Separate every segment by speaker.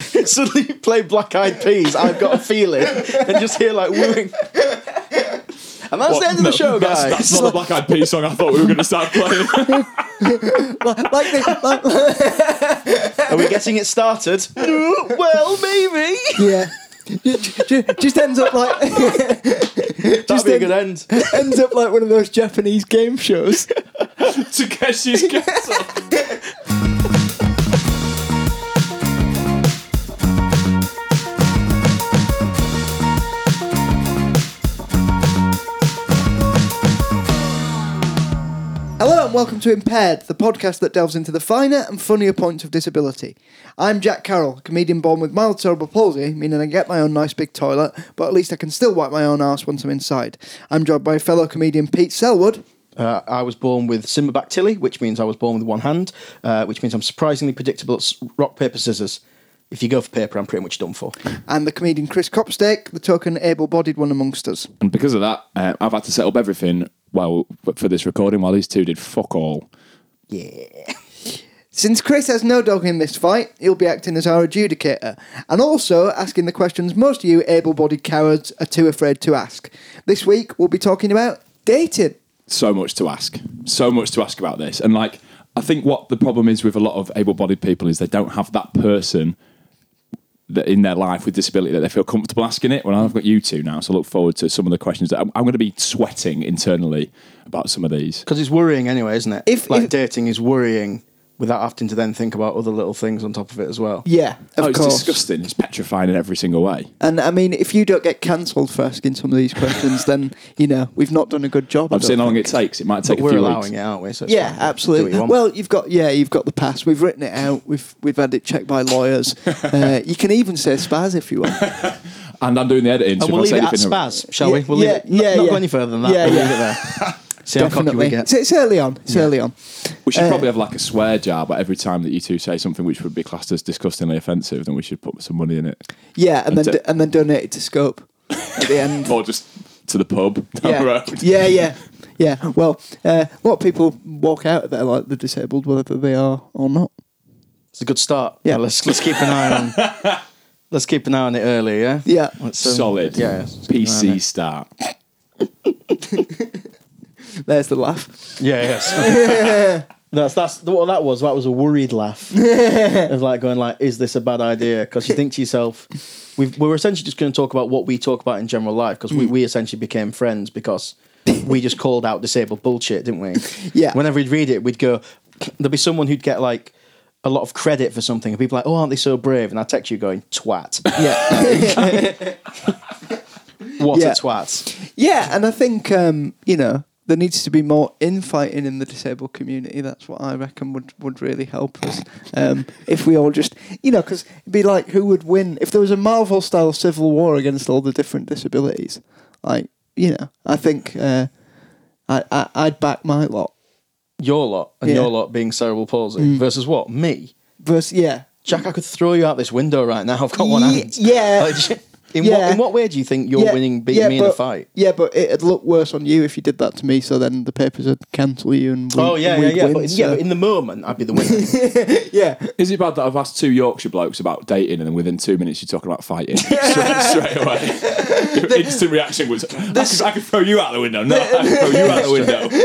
Speaker 1: Suddenly play Black Eyed Peas, I've got a feeling, and just hear like wooing. And that's
Speaker 2: What?
Speaker 1: the end of
Speaker 2: No,
Speaker 1: the show,
Speaker 2: that's,
Speaker 1: guys.
Speaker 2: That's not the Black Eyed Peas song I thought we were going to start playing.
Speaker 3: like, like the, like,
Speaker 1: Are we getting it started? well, maybe.
Speaker 3: yeah. Just, just, just ends up like
Speaker 1: That'd be a good end.
Speaker 3: ends up like one of those Japanese game shows.
Speaker 2: Takeshi's Castle.
Speaker 3: Hello and welcome to Impaired, the podcast that delves into the finer and funnier points of disability. I'm Jack Carroll, comedian born with mild cerebral palsy, meaning I get my own nice big toilet, but at least I can still wipe my own arse once I'm inside. I'm joined by fellow comedian Pete Selwood.
Speaker 1: Uh, I was born with Simbabactyli, which means I was born with one hand, uh, which means I'm surprisingly predictable at s- rock, paper, scissors. If you go for paper, I'm pretty much done for.
Speaker 3: and the comedian Chris Copstake, the token able-bodied one amongst us.
Speaker 2: And because of that, uh, I've had to set up everything while for this recording while these two did fuck all.
Speaker 3: Since Chris has no dog in this fight, he'll be acting as our adjudicator and also asking the questions most of you able-bodied cowards are too afraid to ask. This week we'll be talking about dating.
Speaker 2: so much to ask. So much to ask about this. And like, I think what the problem is with a lot of able-bodied people is they don't have that person that in their life with disability that they feel comfortable asking it. Well, I've got you two now, so I look forward to some of the questions that I'm, I'm going to be sweating internally about some of these.
Speaker 1: Because it's worrying anyway, isn't it?
Speaker 3: If-
Speaker 1: like
Speaker 3: if-
Speaker 1: dating is worrying without having to then think about other little things on top of it as well.
Speaker 3: Yeah, of
Speaker 2: oh, it's
Speaker 3: course.
Speaker 2: disgusting. It's petrifying in every single way.
Speaker 3: And I mean, if you don't get cancelled for asking some of these questions, then you know we've not done a good job. I
Speaker 2: I've seen
Speaker 3: don't
Speaker 2: how long
Speaker 3: think.
Speaker 2: it takes. It might
Speaker 1: But
Speaker 2: take a
Speaker 1: we're
Speaker 2: few
Speaker 1: allowing
Speaker 2: weeks.
Speaker 1: it, aren't we? So it's
Speaker 3: Yeah,
Speaker 1: fine. Do
Speaker 3: absolutely.
Speaker 1: what you want.
Speaker 3: well, you've got yeah, you've got the pass. We've written it out. We've we've had it checked by lawyers. uh, you can even say spaz if you want.
Speaker 2: And I'm doing the editing.
Speaker 1: and
Speaker 2: so
Speaker 1: Uh,
Speaker 2: if
Speaker 1: we'll
Speaker 2: I
Speaker 1: leave
Speaker 2: say
Speaker 1: it at
Speaker 2: anything-
Speaker 1: spaz, shall we?
Speaker 3: Yeah,
Speaker 1: We'll leave it.
Speaker 3: yeah,
Speaker 1: not, not
Speaker 3: yeah.
Speaker 1: go any further than that.
Speaker 3: Yeah,
Speaker 1: we'll
Speaker 3: yeah.
Speaker 1: leave it there. See how cocky
Speaker 3: Definitely.
Speaker 1: we get.
Speaker 3: It's, it's early on. It's early on. Uh,
Speaker 2: We should probably have like a swear jar, but every time that you two say something which would be classed as disgustingly offensive, then we should put some money in it.
Speaker 3: Yeah, and then
Speaker 2: do-
Speaker 3: and then donate it to Scope at the end.
Speaker 2: Or just to the pub down the
Speaker 3: yeah.
Speaker 2: road.
Speaker 3: yeah, yeah, yeah. Well, uh, a lot of people walk out of there like the disabled, whether they are or not.
Speaker 1: It's a good start.
Speaker 3: Yeah.
Speaker 1: Yeah, let's let's keep an eye on. let's keep an eye on it early. Yeah.
Speaker 3: Yeah.
Speaker 1: Let's, um,
Speaker 2: Solid.
Speaker 1: Yeah. let's keep an eye on
Speaker 2: PC
Speaker 1: it.
Speaker 2: start.
Speaker 3: There's the laugh.
Speaker 1: Yeah. That's that's what that was. That was a worried laugh of like going like, "Is this a bad idea?" Because you think to yourself, we've, "We're essentially just going to talk about what we talk about in general life." Because
Speaker 3: Mm.
Speaker 1: we, we essentially became friends because we just called out disabled bullshit, didn't we?
Speaker 3: Yeah.
Speaker 1: Whenever we'd read it, we'd go, "There'd be someone who'd get like a lot of credit for something," and people like, "Oh, aren't they so brave?" And I text you going, "Twat,
Speaker 3: Yeah,
Speaker 1: what a
Speaker 3: Yeah.
Speaker 1: twat."
Speaker 3: yeah. And I think um, you know there needs to be more infighting in the disabled community. That's what I reckon would would really help us um, if we all just you know because it'd be like who would win if there was a Marvel style civil war against all the different disabilities. Like you know, I think uh, I, I I'd back my lot.
Speaker 1: your lot and
Speaker 3: Yeah. Mm.
Speaker 1: your lot being cerebral palsy versus what me
Speaker 3: Versus yeah.
Speaker 1: jack i could throw you out this window right now i've got one
Speaker 3: Ye-
Speaker 1: hand
Speaker 3: yeah.
Speaker 1: Like, in,
Speaker 3: Yeah.
Speaker 1: What, in what way do you think you're
Speaker 3: yeah,
Speaker 1: winning beating
Speaker 3: yeah,
Speaker 1: me in
Speaker 3: but,
Speaker 1: a fight
Speaker 3: Yeah, but it'd look worse on you if you did that to me. So then the papers would cancel you and we,
Speaker 1: oh yeah yeah
Speaker 3: we'd
Speaker 1: yeah
Speaker 3: win,
Speaker 1: but, yeah
Speaker 3: so-
Speaker 1: but in the moment i'd be the winner
Speaker 3: yeah.
Speaker 2: Is it bad that I've asked two Yorkshire blokes about dating and then within two minutes you're talking about fighting straight, straight away? Your instant reaction was, I, could, I could throw you out the window. No, I could throw you out the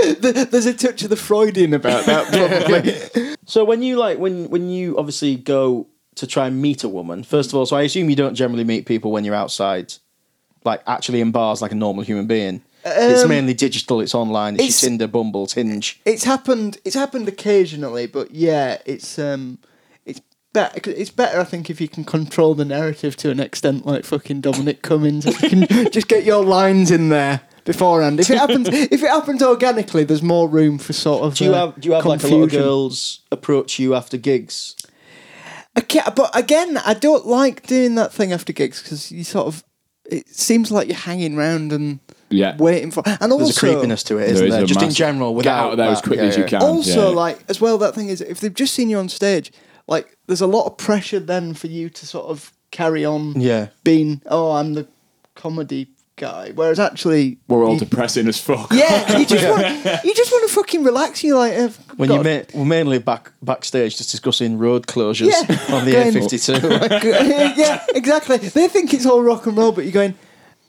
Speaker 2: window.
Speaker 3: Th- There's a touch of the Freudian about that, probably.
Speaker 1: so when you like when when you obviously go to try and meet a woman first of all so i assume you don't generally meet people when you're outside like actually in bars like a normal human being it's mainly digital it's online Um, it's, your
Speaker 3: it's-
Speaker 1: tinder bumble hinge
Speaker 3: it's happened. It's happened occasionally, but yeah, it's um, it's better. It's better, I think, if you can control the narrative to an extent, like fucking Dominic Cummings. If you can just get your lines in there beforehand. If it happens, if it happens organically, there's more room for sort of.
Speaker 1: do you
Speaker 3: uh,
Speaker 1: have do you have like a lot of
Speaker 3: confusion.
Speaker 1: girls approach you after gigs
Speaker 3: I can't, but again, I don't like doing that thing after gigs because you sort of. It seems like you're hanging round and
Speaker 2: Yeah.
Speaker 3: waiting for. And also,
Speaker 1: There's a creepiness to it,
Speaker 2: There
Speaker 1: isn't there?
Speaker 2: is a
Speaker 1: Just in
Speaker 2: massive-
Speaker 1: general,
Speaker 2: Get
Speaker 1: without
Speaker 2: out of there
Speaker 1: that.
Speaker 2: as quickly
Speaker 1: Yeah,
Speaker 2: as you
Speaker 1: yeah.
Speaker 2: can.
Speaker 3: also
Speaker 2: yeah.
Speaker 3: like as well that thing is if they've just seen you on stage like there's a lot of pressure then for you to sort of carry on
Speaker 1: Yeah.
Speaker 3: being oh i'm the comedy guy, whereas actually
Speaker 2: We're all
Speaker 3: you-
Speaker 2: depressing as fuck.
Speaker 3: Yeah, you just want you just want to fucking relax. You're like, oh,
Speaker 1: When
Speaker 3: God.
Speaker 1: you ma- we're mainly back backstage just discussing road closures
Speaker 3: Yeah.
Speaker 1: on the
Speaker 3: Going-
Speaker 1: A52.
Speaker 3: yeah, exactly. They think it's all rock and roll, but you're going,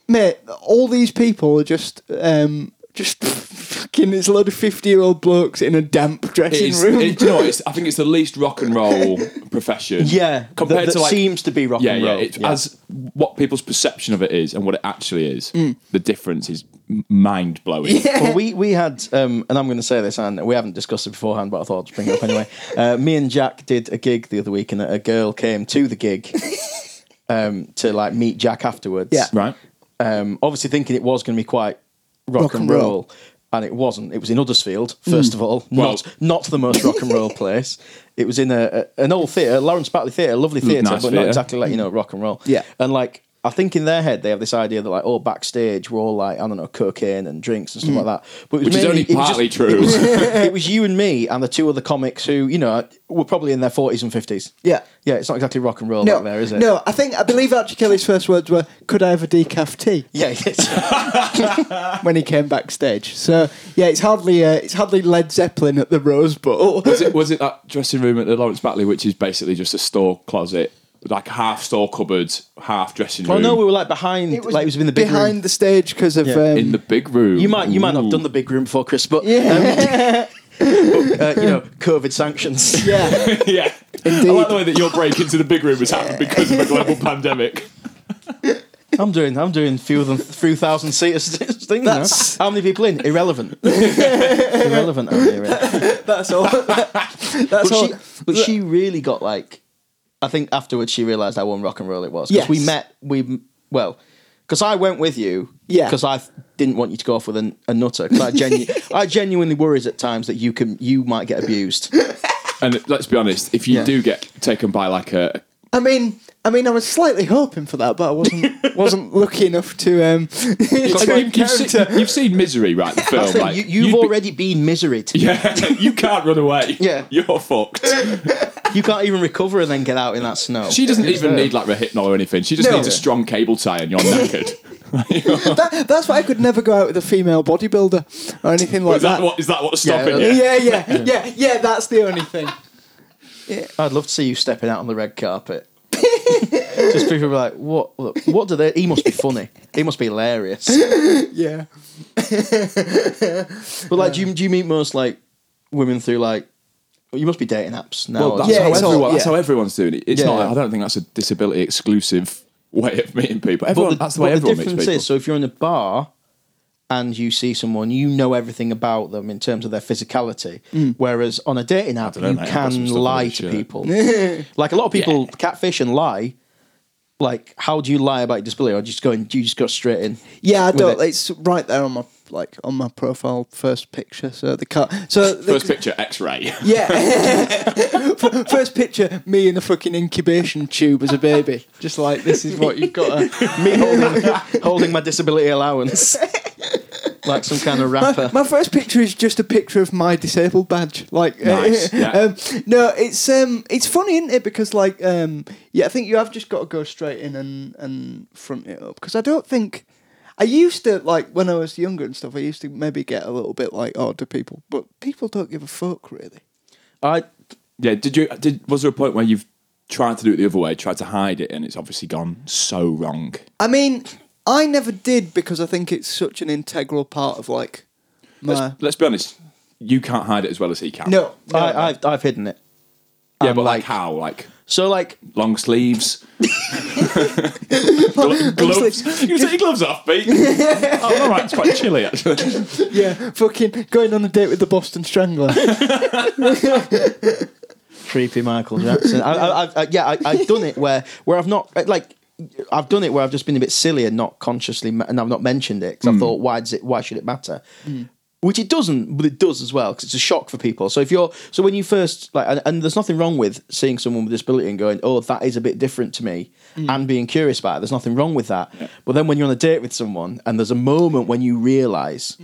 Speaker 3: mate. All these people are just, um, just fucking. It's a load of fifty-year-old blokes in a damp
Speaker 2: It
Speaker 3: dressing
Speaker 2: is,
Speaker 3: room.
Speaker 2: it- do you know, what, it's, I think it's the least rock and roll profession.
Speaker 1: yeah,
Speaker 2: compared
Speaker 1: that,
Speaker 2: to
Speaker 1: that
Speaker 2: like
Speaker 1: seems to be rock
Speaker 2: yeah,
Speaker 1: and
Speaker 2: yeah,
Speaker 1: roll.
Speaker 2: it, as what people's perception of it is and what it actually is,
Speaker 1: Mm.
Speaker 2: the difference is mind blowing.
Speaker 1: well, we we had, um, and I'm going to say this, and we haven't discussed it beforehand, but I thought I'd just bring it up anyway. Uh, me and Jack did a gig the other week, and a girl came to the gig um, to like meet Jack afterwards.
Speaker 3: Yeah.
Speaker 2: Right?
Speaker 1: Um, obviously, thinking it was going to be quite rock, and roll. and it wasn't. It was in Huddersfield, first of all.
Speaker 2: Hmm. Well-
Speaker 1: not not the most rock and roll place. It was in a, a- an old theatre, Lawrence Batley Theatre, lovely theatre,
Speaker 2: nice
Speaker 1: but not
Speaker 2: theatre. Hmm.
Speaker 1: exactly like you know rock and roll.
Speaker 3: Yeah.
Speaker 1: and like I think in their head they have this idea that like oh backstage we're all like I don't know cocaine and drinks and stuff like that. But it was
Speaker 2: Hmm. Which is
Speaker 1: mainly-
Speaker 2: only
Speaker 1: it was just-
Speaker 2: partly true.
Speaker 1: it was you and me and the two other comics who, you know, were probably in their 40s and 50s.
Speaker 3: Yeah.
Speaker 1: Yeah, it's not exactly rock and roll
Speaker 3: no,
Speaker 1: out there, is it?
Speaker 3: no. I think I believe Archie Kelly's first words were, "Could I have a decaf tea?"
Speaker 1: Yeah, it is.
Speaker 3: when he came backstage. So yeah, it's hardly uh, it's hardly Led Zeppelin at the Rose Bowl.
Speaker 2: Was it was it that dressing room at the Lawrence Batley, which is basically just a store closet, like half store cupboards, half dressing room?
Speaker 1: well, no, we were like behind, like it was in the big
Speaker 3: behind
Speaker 1: room.
Speaker 3: the stage because of
Speaker 1: Yeah.
Speaker 3: um,
Speaker 2: in the big room.
Speaker 1: You might, you might not
Speaker 2: Ooh.
Speaker 1: have done the big room before, Chris, but,
Speaker 3: yeah
Speaker 1: um, uh, you know, COVID sanctions.
Speaker 3: yeah.
Speaker 2: yeah. I like the way that your break into the big room has happened because of a global pandemic.
Speaker 1: I'm doing, I'm doing fewer than three thousand seaters thing. now.
Speaker 3: That's-
Speaker 1: How many people in? Irrelevant. Irrelevant. aren't they, really?
Speaker 3: That's all. That's
Speaker 1: But
Speaker 3: all.
Speaker 1: she, but she really got like, I think afterwards she realised how un rock and roll it was. Because we
Speaker 3: Yes.
Speaker 1: met, we well, because I went with you.
Speaker 3: Yeah.
Speaker 1: Because I didn't want you to go off with an, a nutter. Because I, genu- I genuinely worries at times that you can you might get abused.
Speaker 2: And let's be honest, if you
Speaker 1: Yeah.
Speaker 2: do get taken by like a
Speaker 3: I mean, I mean, I was slightly hoping for that, but I wasn't wasn't lucky enough to. Um,
Speaker 2: It's
Speaker 3: to
Speaker 2: like
Speaker 3: encounter-
Speaker 2: you've, seen, you've seen Misery, right? The film.
Speaker 1: That's the thing,
Speaker 2: like,
Speaker 1: you, you've
Speaker 2: Oh you'd be-
Speaker 1: already been miseried.
Speaker 2: yeah, you can't run away.
Speaker 1: Yeah.
Speaker 2: you're fucked.
Speaker 1: You can't even recover and then get out in that snow.
Speaker 2: She doesn't even need like rehypnol or anything. She just
Speaker 3: No.
Speaker 2: needs a strong cable tie, and you're knackered. is
Speaker 3: that, that's why I could never go out with a female bodybuilder or anything like
Speaker 2: that
Speaker 3: that.
Speaker 2: what? Is that what's stopping
Speaker 1: Yeah.
Speaker 2: you?
Speaker 3: yeah, yeah, yeah, yeah. That's the only thing.
Speaker 1: I'd love to see you stepping out on the red carpet. Just people be like, what? What do they? He must be funny. He must be hilarious.
Speaker 3: Yeah.
Speaker 1: But like, do you do you meet most like women through like? Well, you must be dating apps now.
Speaker 2: Well, that's,
Speaker 3: Yeah,
Speaker 2: how
Speaker 3: it's all-
Speaker 2: everyone, that's
Speaker 3: yeah.
Speaker 2: how everyone's doing it. It's
Speaker 1: Yeah,
Speaker 2: not.
Speaker 1: yeah.
Speaker 2: I don't think that's a disability exclusive way of meeting people.
Speaker 1: But
Speaker 2: Everyone, that's the way
Speaker 1: but
Speaker 2: everyone meets
Speaker 1: difference
Speaker 2: people.
Speaker 1: is, so if you're in a bar and you see someone, you know everything about them in terms of their physicality. Whereas on a dating app,
Speaker 2: don't know,
Speaker 1: you
Speaker 2: Mm. mate, I've got some
Speaker 1: can
Speaker 2: stuff on
Speaker 1: lie
Speaker 2: this
Speaker 1: to
Speaker 2: shirt.
Speaker 1: people. like a lot of people catfish and lie. Like, how do you lie about your disability? Or do you just go in, do you just go straight in?
Speaker 3: Yeah, I
Speaker 1: With
Speaker 3: don't.
Speaker 1: it.
Speaker 3: It's right there on my like on my profile first picture. So the car. So the,
Speaker 2: First picture, X-ray.
Speaker 3: Yeah. F- First picture, me in a fucking incubation tube as a baby. Just like, this is what you've got. to-
Speaker 1: Me holding, holding my disability allowance, like some kind of rapper.
Speaker 3: My, my first picture is just a picture of my disabled badge. Like, uh,
Speaker 2: Nice, yeah.
Speaker 3: um, no, it's um, it's funny, isn't it? Because like, um, yeah, I think you have just got to go straight in and and front it up. Because I don't think I used to like when I was younger and stuff. I used to maybe get a little bit like, oh, to people, but people don't give a fuck really.
Speaker 1: I
Speaker 2: Yeah. Did you? Did was there a point where you've tried to do it the other way, tried to hide it, and it's obviously gone so wrong?
Speaker 3: I mean, I never did because I think it's such an integral part of like my.
Speaker 2: Let's, let's be honest. You can't hide it as well as he can.
Speaker 3: no, no,
Speaker 1: I, I've, I've hidden it.
Speaker 2: Yeah,
Speaker 1: I'm
Speaker 2: but like,
Speaker 1: like-
Speaker 2: how? Like
Speaker 1: So like
Speaker 2: long sleeves. Glo- gloves. You can take your gloves off, Pete. oh, all right. It's quite chilly actually.
Speaker 3: yeah, fucking going on a date with the Boston Strangler.
Speaker 1: creepy Michael Jackson. I, I, I've, I, yeah, I, I've done it where where I've not uh, like I've done it where I've just been a bit silly and not consciously me- and I've not mentioned it because I thought why does it why should it matter? Which it doesn't, but it does as well because it's a shock for people. So if you're so when you first like and, and there's nothing wrong with seeing someone with disability and going oh that is a bit different to me and being curious about it. There's nothing wrong with that. But then when you're on a date with someone and there's a moment when you realise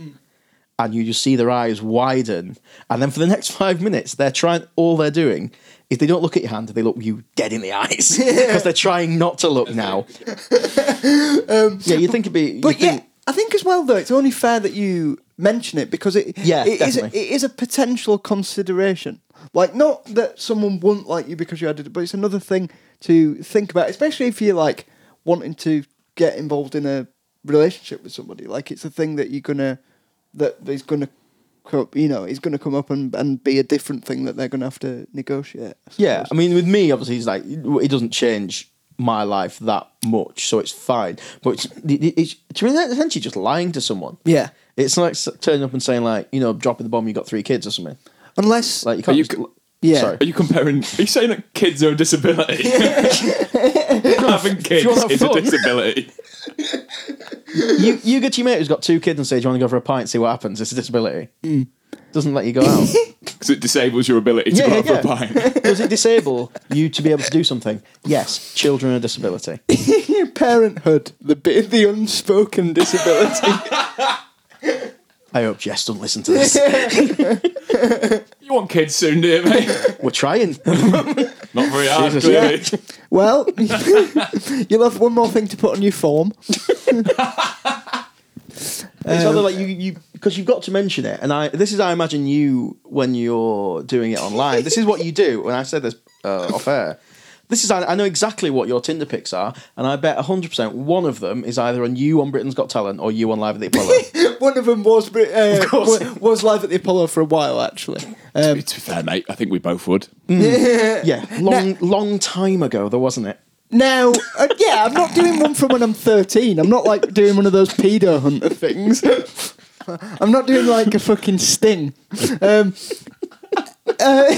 Speaker 1: and you just see their eyes widen. And then for the next five minutes, they're trying, all they're doing is they don't look at your hand, they look you dead in the eyes because they're trying not to look now. yeah, you think it'd be, you
Speaker 3: Um, But
Speaker 1: think,
Speaker 3: yeah, I think as well though, it's only fair that you mention it because it
Speaker 1: Yeah,
Speaker 3: it is it
Speaker 1: definitely.
Speaker 3: is a potential consideration. Like not that someone won't like you because you added it, but it's another thing to think about, especially if you're like wanting to get involved in a relationship with somebody. Like it's a thing that you're gonna that is gonna co- you know, is gonna come up and, and be a different thing that they're gonna have to negotiate. I
Speaker 1: Yeah, I
Speaker 3: suppose.
Speaker 1: mean, with me, obviously, it's like it doesn't change my life that much, so it's fine. But it's, it's, it's really essentially just lying to someone.
Speaker 3: Yeah.
Speaker 1: It's like s- turning up and saying like, you know, dropping the bomb. You got three kids or something.
Speaker 3: Unless
Speaker 1: Like you can't.
Speaker 2: you
Speaker 1: just,
Speaker 2: c-
Speaker 3: Yeah.
Speaker 1: Sorry.
Speaker 2: Are you comparing? Are you saying that kids are a disability? Having kids
Speaker 1: you wanna have
Speaker 2: is a
Speaker 1: fun.
Speaker 2: disability.
Speaker 1: You you get to your mate who's got two kids and say, "Do you want to go for a pint? and See what happens." It's a disability. Doesn't let you go out.
Speaker 2: Because it disables your ability to
Speaker 1: Yeah,
Speaker 2: Mm. go
Speaker 1: yeah,
Speaker 2: out for a pint.
Speaker 1: Does it disable you to be able to do something? Yes. Children are a disability.
Speaker 3: parenthood, the bit the unspoken disability.
Speaker 1: I hope Jess doesn't listen to this.
Speaker 2: You want kids soon, do you, mate?
Speaker 1: We're trying.
Speaker 2: Not very hard,
Speaker 1: Jesus,
Speaker 2: clearly.
Speaker 3: Well, you'll have one more thing to put on your form.
Speaker 1: It's
Speaker 2: Um,
Speaker 1: either like you you because you've got to mention it, and I this is I imagine you when you're doing it online. this is what you do. When I said this uh, off air, this is I, I know exactly what your Tinder pics are, and I bet hundred percent one of them is either on you on Britain's Got Talent or you on Live at the Apollo.
Speaker 3: one of them was Brit- uh,
Speaker 1: course.
Speaker 3: wa- was live at the Apollo for a while, actually.
Speaker 2: to
Speaker 3: Um,
Speaker 2: be fair, mate, I think we both would.
Speaker 1: yeah, long long time ago though, wasn't it?
Speaker 3: now, uh, yeah, I'm not doing one from when I'm 13. I'm not like doing one of those pedo hunter things. I'm not doing like a fucking sting. Um, uh,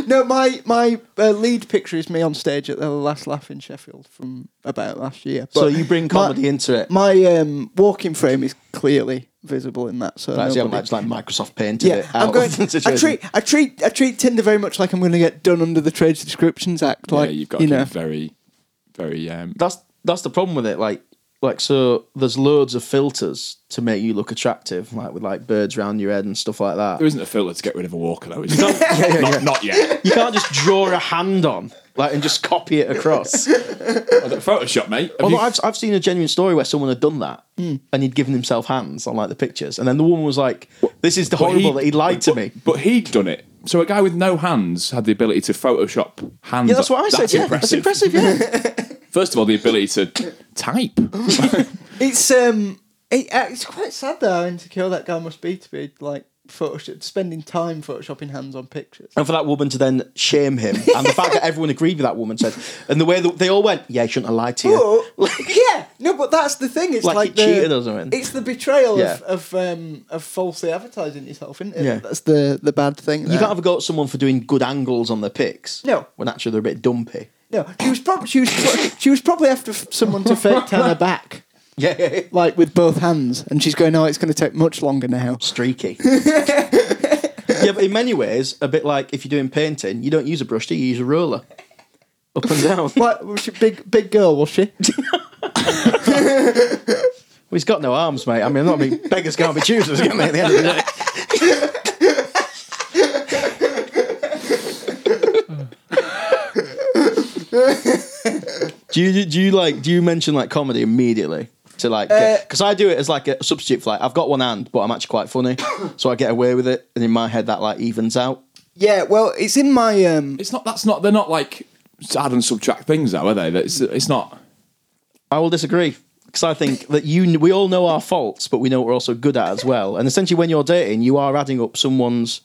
Speaker 3: no, my my uh, lead picture is me on stage at the last laugh in Sheffield from about last year.
Speaker 1: so
Speaker 3: But
Speaker 1: you bring
Speaker 3: my-
Speaker 1: comedy into it.
Speaker 3: My um, walking frame is clearly visible in that. So
Speaker 1: Actually, I'm
Speaker 3: nobody-
Speaker 1: like, it's like Microsoft painted
Speaker 3: yeah,
Speaker 1: it. Out
Speaker 3: I'm going.
Speaker 1: of the
Speaker 3: I
Speaker 1: situation.
Speaker 3: treat I treat I treat Tinder very much like I'm going to get done under the Trades Descriptions Act. Like
Speaker 2: yeah, you've got to
Speaker 3: you
Speaker 2: keep
Speaker 3: know,
Speaker 2: very, very. Um,
Speaker 1: that's that's the problem with it. Like like so, there's loads of filters to make you look attractive, like with like birds round your head and stuff like that.
Speaker 2: there isn't a filter to get rid of a walker, though. Is there? not, not yet.
Speaker 1: You can't just draw a hand on like and just copy it across.
Speaker 2: Photoshop, mate. Have
Speaker 1: Although
Speaker 2: you-
Speaker 1: I've, I've seen a genuine story where someone had done that
Speaker 3: Hmm.
Speaker 1: and he'd given himself hands on like the pictures, and then the woman was like, "This is
Speaker 2: but
Speaker 1: horrible that he lied to
Speaker 2: but-
Speaker 1: me."
Speaker 2: But he'd done it. So a guy with no hands had the ability to Photoshop hands.
Speaker 1: Yeah, that's what I said. yeah, that's impressive. Yeah,
Speaker 2: First of all, the ability to type.
Speaker 3: it's um, it, uh, it's quite sad though how insecure that guy must be to be like Photoshop, spending time photoshopping hands on pictures.
Speaker 1: and for that woman to then shame him, and the fact that everyone agreed with that woman said, and the way that they all went, "Yeah, he shouldn't have lied to you."
Speaker 3: But, yeah, no, but that's the thing. It's
Speaker 1: Like
Speaker 3: like,
Speaker 1: he
Speaker 3: the,
Speaker 1: cheated or something.
Speaker 3: It's the betrayal
Speaker 1: Yeah.
Speaker 3: of of um, of falsely advertising yourself, isn't it?
Speaker 1: Yeah.
Speaker 3: that's the the bad thing.
Speaker 1: You can't have a go at someone for doing good angles on their pics.
Speaker 3: No.
Speaker 1: when actually they're a bit dumpy.
Speaker 3: No, she was probably she was she was probably after f- someone to fake tan her back,
Speaker 1: Yeah,
Speaker 3: like with both hands, and she's going, "Oh, it's going to take much longer now."
Speaker 1: streaky. yeah, but in many ways, a bit like if you're doing painting, you don't use a brush, do you? You use a roller. Up and down. well,
Speaker 3: What was she big big girl was she?
Speaker 1: he's got no arms, mate. I mean, not me. Beggars can't be choosers, can they? At the end of the day. do you do you like do you mention like comedy immediately to like because I do it as like a substitute for like I've got one hand but I'm actually quite funny so I get away with it and in my head that like evens out.
Speaker 3: yeah, well, it's in my um.
Speaker 2: It's not. That's not. They're not like add and subtract things, though, are they? It's, it's not.
Speaker 1: I will disagree because I think that you we all know our faults, but we know what we're also good at as well. And essentially, when you're dating, you are adding up someone's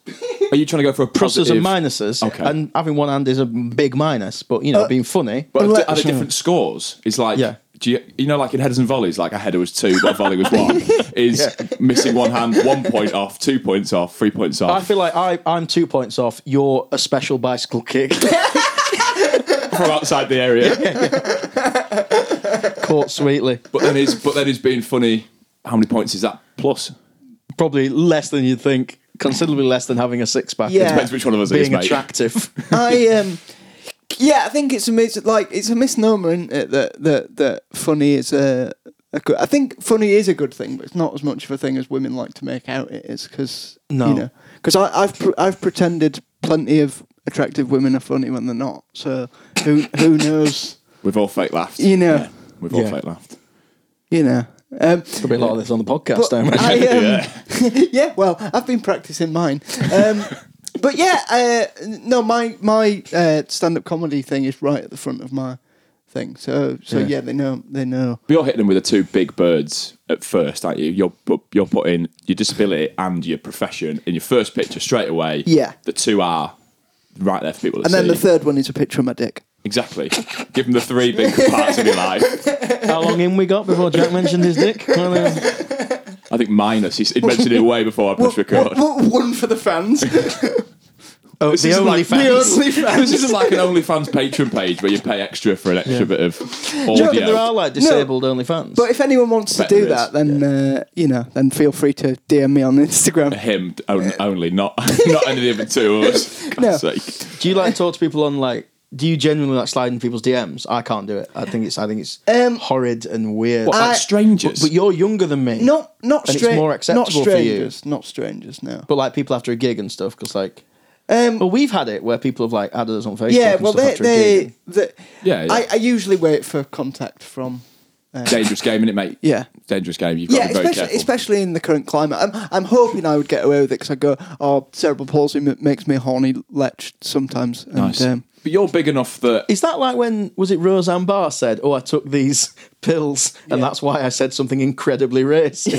Speaker 2: Are you trying to go for a
Speaker 1: pluses
Speaker 2: positive?
Speaker 1: and minuses.
Speaker 2: Okay.
Speaker 1: And having one hand is a big minus, but you know, being funny.
Speaker 2: But
Speaker 3: Unless-
Speaker 2: are there different scores? It's like,
Speaker 1: Yeah.
Speaker 2: do you, you know, like in headers and volleys, like a header was two, but a volley was one. Is missing one hand one point off, two points off, three points
Speaker 1: I
Speaker 2: off
Speaker 1: feel like I, I'm two points off. You're a special bicycle kick
Speaker 2: from outside the area.
Speaker 1: caught sweetly.
Speaker 2: but then is but then is being funny. How many points is that plus?
Speaker 1: Probably less than you'd think. Considerably less than having a six pack.
Speaker 3: Yeah.
Speaker 2: Depends which one of us it is,
Speaker 1: Being
Speaker 2: mate.
Speaker 1: attractive.
Speaker 3: I um yeah, I think it's a mis- like it's a misnomer, isn't it? That that that funny is a a good. I think funny is a good thing, but it's not as much of a thing as women like to make out it is because
Speaker 1: No.
Speaker 3: you know because I've pr- I've pretended plenty of attractive women are funny when they're not. So who who knows?
Speaker 2: We've all fake laughed.
Speaker 3: You know.
Speaker 2: we've all
Speaker 1: Yeah.
Speaker 2: fake laughed.
Speaker 3: You know. Um,
Speaker 1: There'll be a lot of this on the podcast,
Speaker 3: but
Speaker 1: don't we?
Speaker 3: I, um,
Speaker 2: Yeah.
Speaker 3: yeah, well, I've been practicing mine. Um, but yeah, uh, no, my my uh, stand up comedy thing is right at the front of my thing. So so
Speaker 1: Yeah.
Speaker 3: yeah, they know they know.
Speaker 2: But you're hitting them with the two big birds at first, aren't you? You're pu- you're putting your disability and your profession in your first picture straight away.
Speaker 3: Yeah.
Speaker 2: the two are right there for people to
Speaker 3: And then
Speaker 2: see.
Speaker 3: the third one is a picture of my dick.
Speaker 2: exactly. Give them the three big parts of your life.
Speaker 1: How long in we got before Jack mentioned his dick? Well, uh,
Speaker 2: I think minus. He's, he mentioned it way before I pushed record.
Speaker 3: one for the fans.
Speaker 1: oh,
Speaker 2: This
Speaker 1: the
Speaker 2: isn't
Speaker 1: only
Speaker 2: like-
Speaker 1: fans.
Speaker 2: the This isn't like an OnlyFans patron page where you pay extra for an extra
Speaker 1: Yeah.
Speaker 2: bit of
Speaker 1: Do you
Speaker 2: audio.
Speaker 1: reckon there are like disabled only fans?
Speaker 3: but if anyone wants to
Speaker 2: Bet there
Speaker 3: do
Speaker 2: is,
Speaker 3: that, then uh, you know, then feel free to DM me on Instagram.
Speaker 2: him on- only, not not any of the two of us. God's
Speaker 3: No.
Speaker 2: sake.
Speaker 1: do you like talk to people on like? Do you genuinely like sliding people's DMs? I can't do it. I think it's I think it's
Speaker 3: Um,
Speaker 1: horrid and weird.
Speaker 2: What, like
Speaker 3: I-
Speaker 2: strangers?
Speaker 1: but, but you're younger than me.
Speaker 3: Not not
Speaker 1: And it's
Speaker 3: strangers.
Speaker 1: more acceptable
Speaker 3: not
Speaker 1: for you.
Speaker 3: strangers, Not strangers. No.
Speaker 1: But like people after a gig and stuff, because like,
Speaker 3: Um,
Speaker 1: well, we've had it where people have like added us on Facebook.
Speaker 3: yeah.
Speaker 1: and
Speaker 3: Well,
Speaker 1: stuff
Speaker 3: they
Speaker 1: after a gig
Speaker 3: they,
Speaker 1: and-
Speaker 3: they
Speaker 2: Yeah, yeah.
Speaker 3: I, I usually wait for contact from. Uh,
Speaker 2: dangerous game, innit, mate?
Speaker 3: Yeah.
Speaker 2: Dangerous game. You've got
Speaker 3: Yeah,
Speaker 2: to be very
Speaker 3: especially,
Speaker 2: careful.
Speaker 3: especially in the current climate. I'm, I'm hoping I would get away with it because I go, oh, cerebral palsy m- makes me a horny lech sometimes. And,
Speaker 2: nice.
Speaker 3: Um,
Speaker 2: but you're big enough that
Speaker 1: Is that like when was it Roseanne Barr said, "Oh, I took these pills, and that's why I said something incredibly racist"?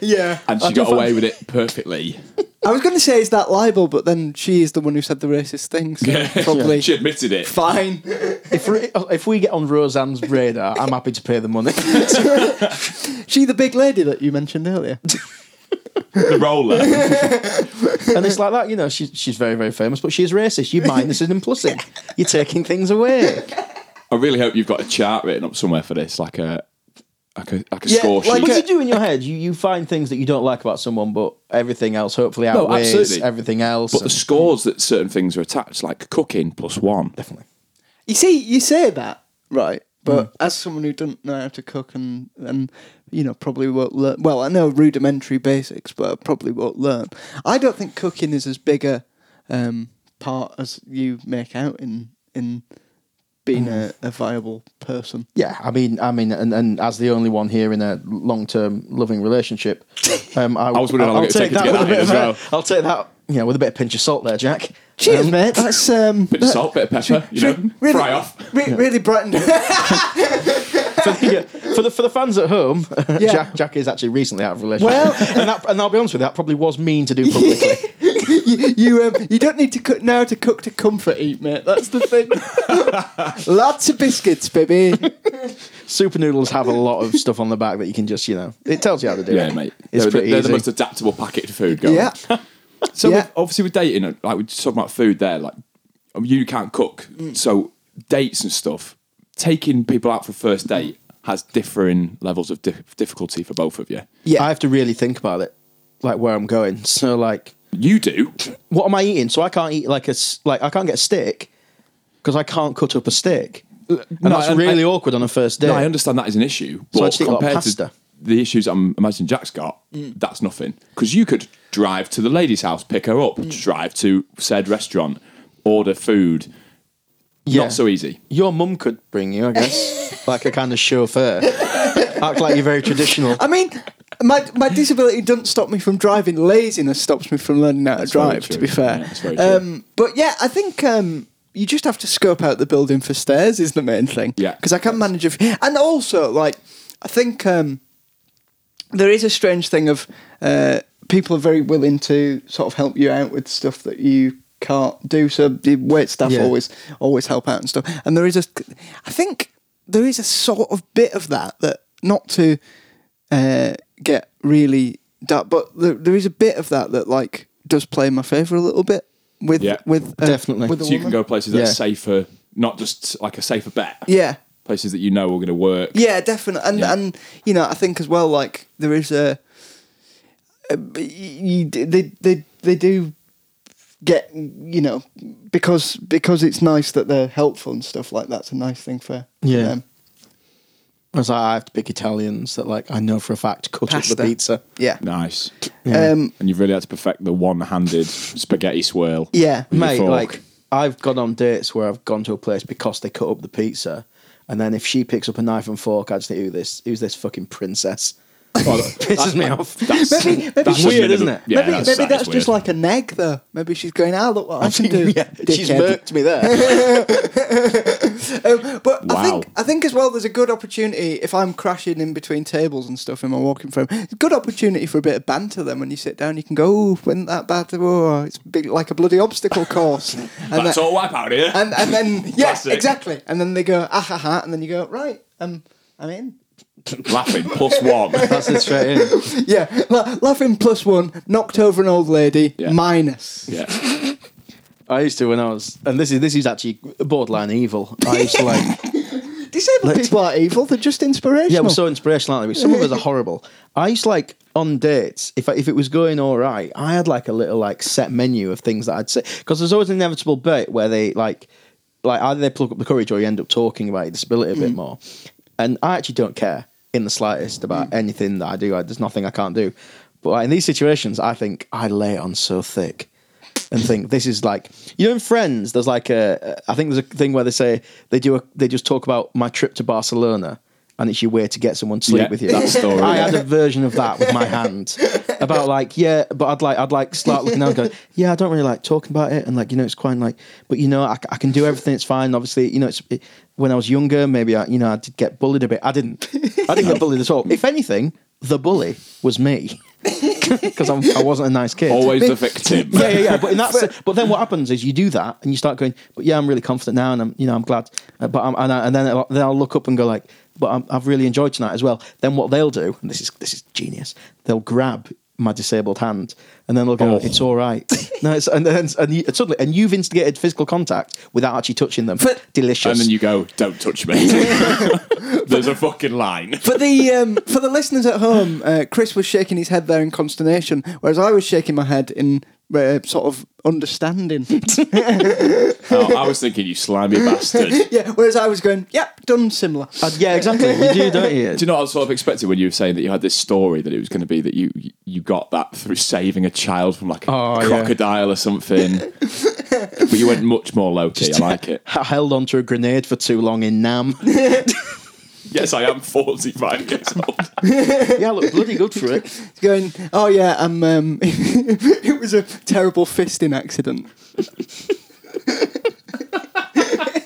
Speaker 3: yeah.
Speaker 2: and she got away with it perfectly.
Speaker 3: I was going to say, is that libel? But then she is the one who said the racist thing. So probably
Speaker 2: she admitted it.
Speaker 3: fine.
Speaker 1: If, re- if we get on Roseanne's radar, I'm happy to pay the money.
Speaker 3: she, the big lady that you mentioned earlier.
Speaker 2: The roller.
Speaker 1: and it's like that, you know. She, she's very, very famous, but she's racist. You minus and implicit. You're taking things away.
Speaker 2: I really hope you've got a chart written up somewhere for this, like a like a like a
Speaker 3: Yeah,
Speaker 2: score sheet.
Speaker 3: like
Speaker 1: What do
Speaker 3: a-
Speaker 1: you do in your head? You you find things that you don't like about someone, but everything else hopefully outweighs
Speaker 2: absolutely.
Speaker 1: everything else.
Speaker 2: but the scores that certain things are attached, like cooking plus one. Definitely.
Speaker 3: You see, you say that, right? But as someone who doesn't know how to cook and and you know probably won't learn. Well, I know rudimentary basics, but I probably won't learn. I don't think cooking is as big a um, part as you make out in in being a, a viable person.
Speaker 1: Yeah, I mean, I mean, and, and as the only one here in a long-term loving relationship, um, I,
Speaker 2: was wondering how
Speaker 1: I'll
Speaker 2: long it'd take
Speaker 1: take
Speaker 2: you to
Speaker 1: that with a
Speaker 2: get that in
Speaker 1: bit
Speaker 2: as
Speaker 1: of
Speaker 2: well.
Speaker 1: a, I'll take that, you know, with a bit of pinch of salt there, Jack.
Speaker 3: Cheers,
Speaker 1: Um,
Speaker 3: mate. That's um,
Speaker 2: Bit of salt, bit of pepper, you know,
Speaker 3: really,
Speaker 2: fry off.
Speaker 3: re- really brightened.
Speaker 1: for, yeah, for the for the fans at home,
Speaker 3: Yeah.
Speaker 1: Jack Jack is actually recently out of a relationship.
Speaker 3: Well-
Speaker 1: and that, and I'll be honest with you, that probably was mean to do publicly.
Speaker 3: you you, um, you don't need to cook now to cook to comfort eat, mate. That's the thing. Lots of biscuits, baby.
Speaker 1: Super noodles have a lot of stuff on the back that you can just, you know, it tells you how to do it.
Speaker 2: Yeah, mate.
Speaker 1: It's
Speaker 2: they're,
Speaker 1: pretty
Speaker 2: they're
Speaker 1: easy.
Speaker 2: the most adaptable packet of food going.
Speaker 3: yeah.
Speaker 2: So
Speaker 3: Yeah.
Speaker 2: with- obviously with dating, like we're talking about food there, like I mean, you can't cook,
Speaker 1: Mm.
Speaker 2: so dates and stuff. Taking people out for a first date has differing levels of dif- difficulty for both of you.
Speaker 3: Yeah.
Speaker 1: I have to really think about it, like where I'm going. So like.
Speaker 2: You do.
Speaker 1: what am I eating? So I can't eat like a s- like I can't get a steak because I can't cut up a steak. And
Speaker 2: no,
Speaker 1: that's
Speaker 2: and
Speaker 1: really
Speaker 2: I-
Speaker 1: awkward on a first date.
Speaker 2: No, I understand that is an issue,
Speaker 1: So I
Speaker 2: but
Speaker 1: just eat a lot of
Speaker 2: compared
Speaker 1: pasta. Mm.
Speaker 2: to the issues I'm imagining Jack's got, that's nothing. Because you could drive to the lady's house, pick her up,
Speaker 1: Mm.
Speaker 2: drive to said restaurant, order food.
Speaker 1: Yeah.
Speaker 2: Not so e-, easy.
Speaker 1: Your mum could bring you, I guess, like a kind of chauffeur. Act like you're very traditional.
Speaker 3: I mean, my my disability doesn't stop me from driving. Laziness stops me from learning how to
Speaker 2: very
Speaker 3: drive.
Speaker 2: true.
Speaker 3: To be fair,
Speaker 2: Yeah, that's very true.
Speaker 3: um, but yeah, I think um, you just have to scope out the building for stairs is the main thing.
Speaker 2: Yeah.
Speaker 3: because I can manage a f- and also like I think um, there is a strange thing of uh, people are very willing to sort of help you out with stuff that you can't do. So the wait staff
Speaker 1: Yeah.
Speaker 3: always always help out and stuff. And there is a, I think there is a sort of bit of that that not to uh, get really dark, but there, there is a bit of that that like does play in my favour a little bit with
Speaker 2: Yeah.
Speaker 3: with uh,
Speaker 1: Definitely.
Speaker 3: with a
Speaker 2: So you can
Speaker 3: woman.
Speaker 2: go places that are
Speaker 1: Yeah.
Speaker 2: safer, not just like a safer bet.
Speaker 3: yeah
Speaker 2: Places that you know are going to work.
Speaker 3: Yeah, definitely, and
Speaker 2: Yeah.
Speaker 3: and you know, I think as well, like there is a, a- b- you, they they they do get you know because because it's nice that they're helpful and stuff like that's a nice thing for
Speaker 1: Yeah.
Speaker 3: them.
Speaker 1: I was like, I have to pick Italians that like I know for a fact cut up
Speaker 3: Pasta.
Speaker 1: the pizza.
Speaker 3: Yeah.
Speaker 2: Nice.
Speaker 1: Yeah.
Speaker 3: Um,
Speaker 2: And you've really had to perfect the one-handed spaghetti swirl.
Speaker 3: yeah.
Speaker 2: With your
Speaker 1: Mate,
Speaker 2: fork.
Speaker 1: like I've gone on dates where I've gone to a place because they cut up the pizza, and then if she picks up a knife and fork, I just think, who this? Who's this fucking princess?
Speaker 2: Oh, that-
Speaker 1: Pisses me off.
Speaker 2: That's,
Speaker 3: Maybe- maybe
Speaker 2: that's
Speaker 3: she's-
Speaker 1: Weird,
Speaker 2: something
Speaker 1: isn't it?
Speaker 2: that- Yeah,
Speaker 3: maybe maybe
Speaker 2: that
Speaker 3: that's
Speaker 2: is weird.
Speaker 3: just like a nag, though. Maybe she's going, ah, look what I,
Speaker 1: I
Speaker 3: can
Speaker 1: think
Speaker 3: do.
Speaker 1: yeah, she's
Speaker 3: dickhead."
Speaker 1: murked me there.
Speaker 3: Um, but I
Speaker 2: Wow.
Speaker 3: think I think as well, there's a good opportunity if I'm crashing in between tables and stuff in my walking frame. It's a good opportunity for a bit of banter. Then when you sit down, you can go, "Oh, wasn't that bad? Oh, it's big, like a bloody obstacle course." And
Speaker 2: That's
Speaker 3: then,
Speaker 2: all wipe out here.
Speaker 3: And and then yeah,
Speaker 2: Classic.
Speaker 3: exactly. And then they go, "Ah ha ha," and then you go, "Right, um, I'm in."
Speaker 2: Laughing plus one.
Speaker 1: That's it straight in.
Speaker 3: Yeah, la- laughing plus one, knocked over an old lady
Speaker 2: Yeah.
Speaker 3: minus.
Speaker 2: yeah.
Speaker 1: I used to when I was, and this is this is actually borderline evil. I used to like.
Speaker 3: Disabled people are evil; they're just inspirational.
Speaker 1: Yeah, we're so inspirational, aren't we? Some of us are horrible. I used to like on dates, if I, if it was going all right, I had like a little like set menu of things that I'd say because there's always an inevitable bit where they like like either they plug up the courage or you end up talking about your disability a bit more. And I actually don't care in the slightest about anything that I do. I, there's nothing I can't do. But like, in these situations, I think I lay it on so thick and think this is like you know in Friends there's like a I think there's a thing where they say they do a, they just talk about my trip to Barcelona and it's your way to get someone to sleep
Speaker 2: Yeah,
Speaker 1: with you.
Speaker 2: that story.
Speaker 1: I had a version of that with my hand about like yeah, but I'd like I'd like start looking down and go yeah I don't really like talking about it and like you know it's quite like but you know I, c- I can do everything it's fine obviously you know it's it, when I was younger maybe I you know I did get bullied a bit I didn't I didn't get bullied at all if anything the bully was me because I wasn't a nice kid
Speaker 2: Always the victim.
Speaker 1: yeah, yeah, yeah. But in that, se- but then what happens is you do that and you start going. But yeah, I'm really confident now, and I'm, you know, I'm glad. Uh, But I'm, and, I, and then I'll, then I'll look up and go like, but I'm, I've really enjoyed tonight as well. Then what they'll do, and this is this is genius. They'll grab my disabled hand, and then they'll go,
Speaker 2: Oh.
Speaker 1: "It's all right." No, it's, and then and you, suddenly, and you've instigated physical contact without actually touching them. Delicious.
Speaker 2: And then you go, don't touch me. There's a fucking line.
Speaker 3: For the um, for the listeners at home, uh, Chris was shaking his head there in consternation, whereas I was shaking my head in uh, sort of understanding.
Speaker 2: Oh, I was thinking, you slimy bastard. Do
Speaker 3: yeah, whereas I was going, "Yep, done similar."
Speaker 1: Uh, yeah, exactly. You do, don't you?
Speaker 2: you know what I was sort of expecting when you were saying that you had this story that it was going to be that you you got that through saving a child from like a
Speaker 1: Oh, yeah.
Speaker 2: crocodile or something? but you went much more low key. I like it.
Speaker 1: I held onto a grenade for too long in Nam.
Speaker 2: Yes, I am 45 years old.
Speaker 1: yeah, I look bloody good for it.
Speaker 3: Going, "Oh yeah, I'm." Um, it was a terrible fisting accident.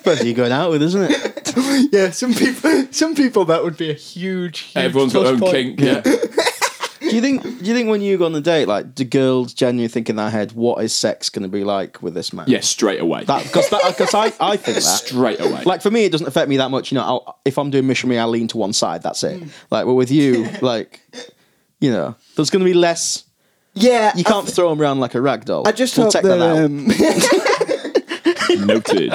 Speaker 1: But you're going out with, isn't it?
Speaker 3: Yeah, some people, some people that would be a huge. huge
Speaker 2: Everyone's got
Speaker 3: plus
Speaker 2: their own
Speaker 3: point.
Speaker 2: kink. Yeah.
Speaker 1: do you think do you think when you go on a date like do girls genuinely think in their head what is sex going to be like with this man
Speaker 2: yeah, straight away.
Speaker 1: that because that because I, I think that
Speaker 2: straight away.
Speaker 1: like for me it doesn't affect me that much you know I'll, if i'm doing missionary i lean to one side that's it
Speaker 3: Mm.
Speaker 1: like but with you like you know there's going to be less
Speaker 3: Yeah,
Speaker 1: you can't throw him around like a rag doll
Speaker 3: I, I just
Speaker 1: we'll
Speaker 3: hope
Speaker 1: take
Speaker 3: that.
Speaker 1: that out
Speaker 3: Um,
Speaker 2: noted.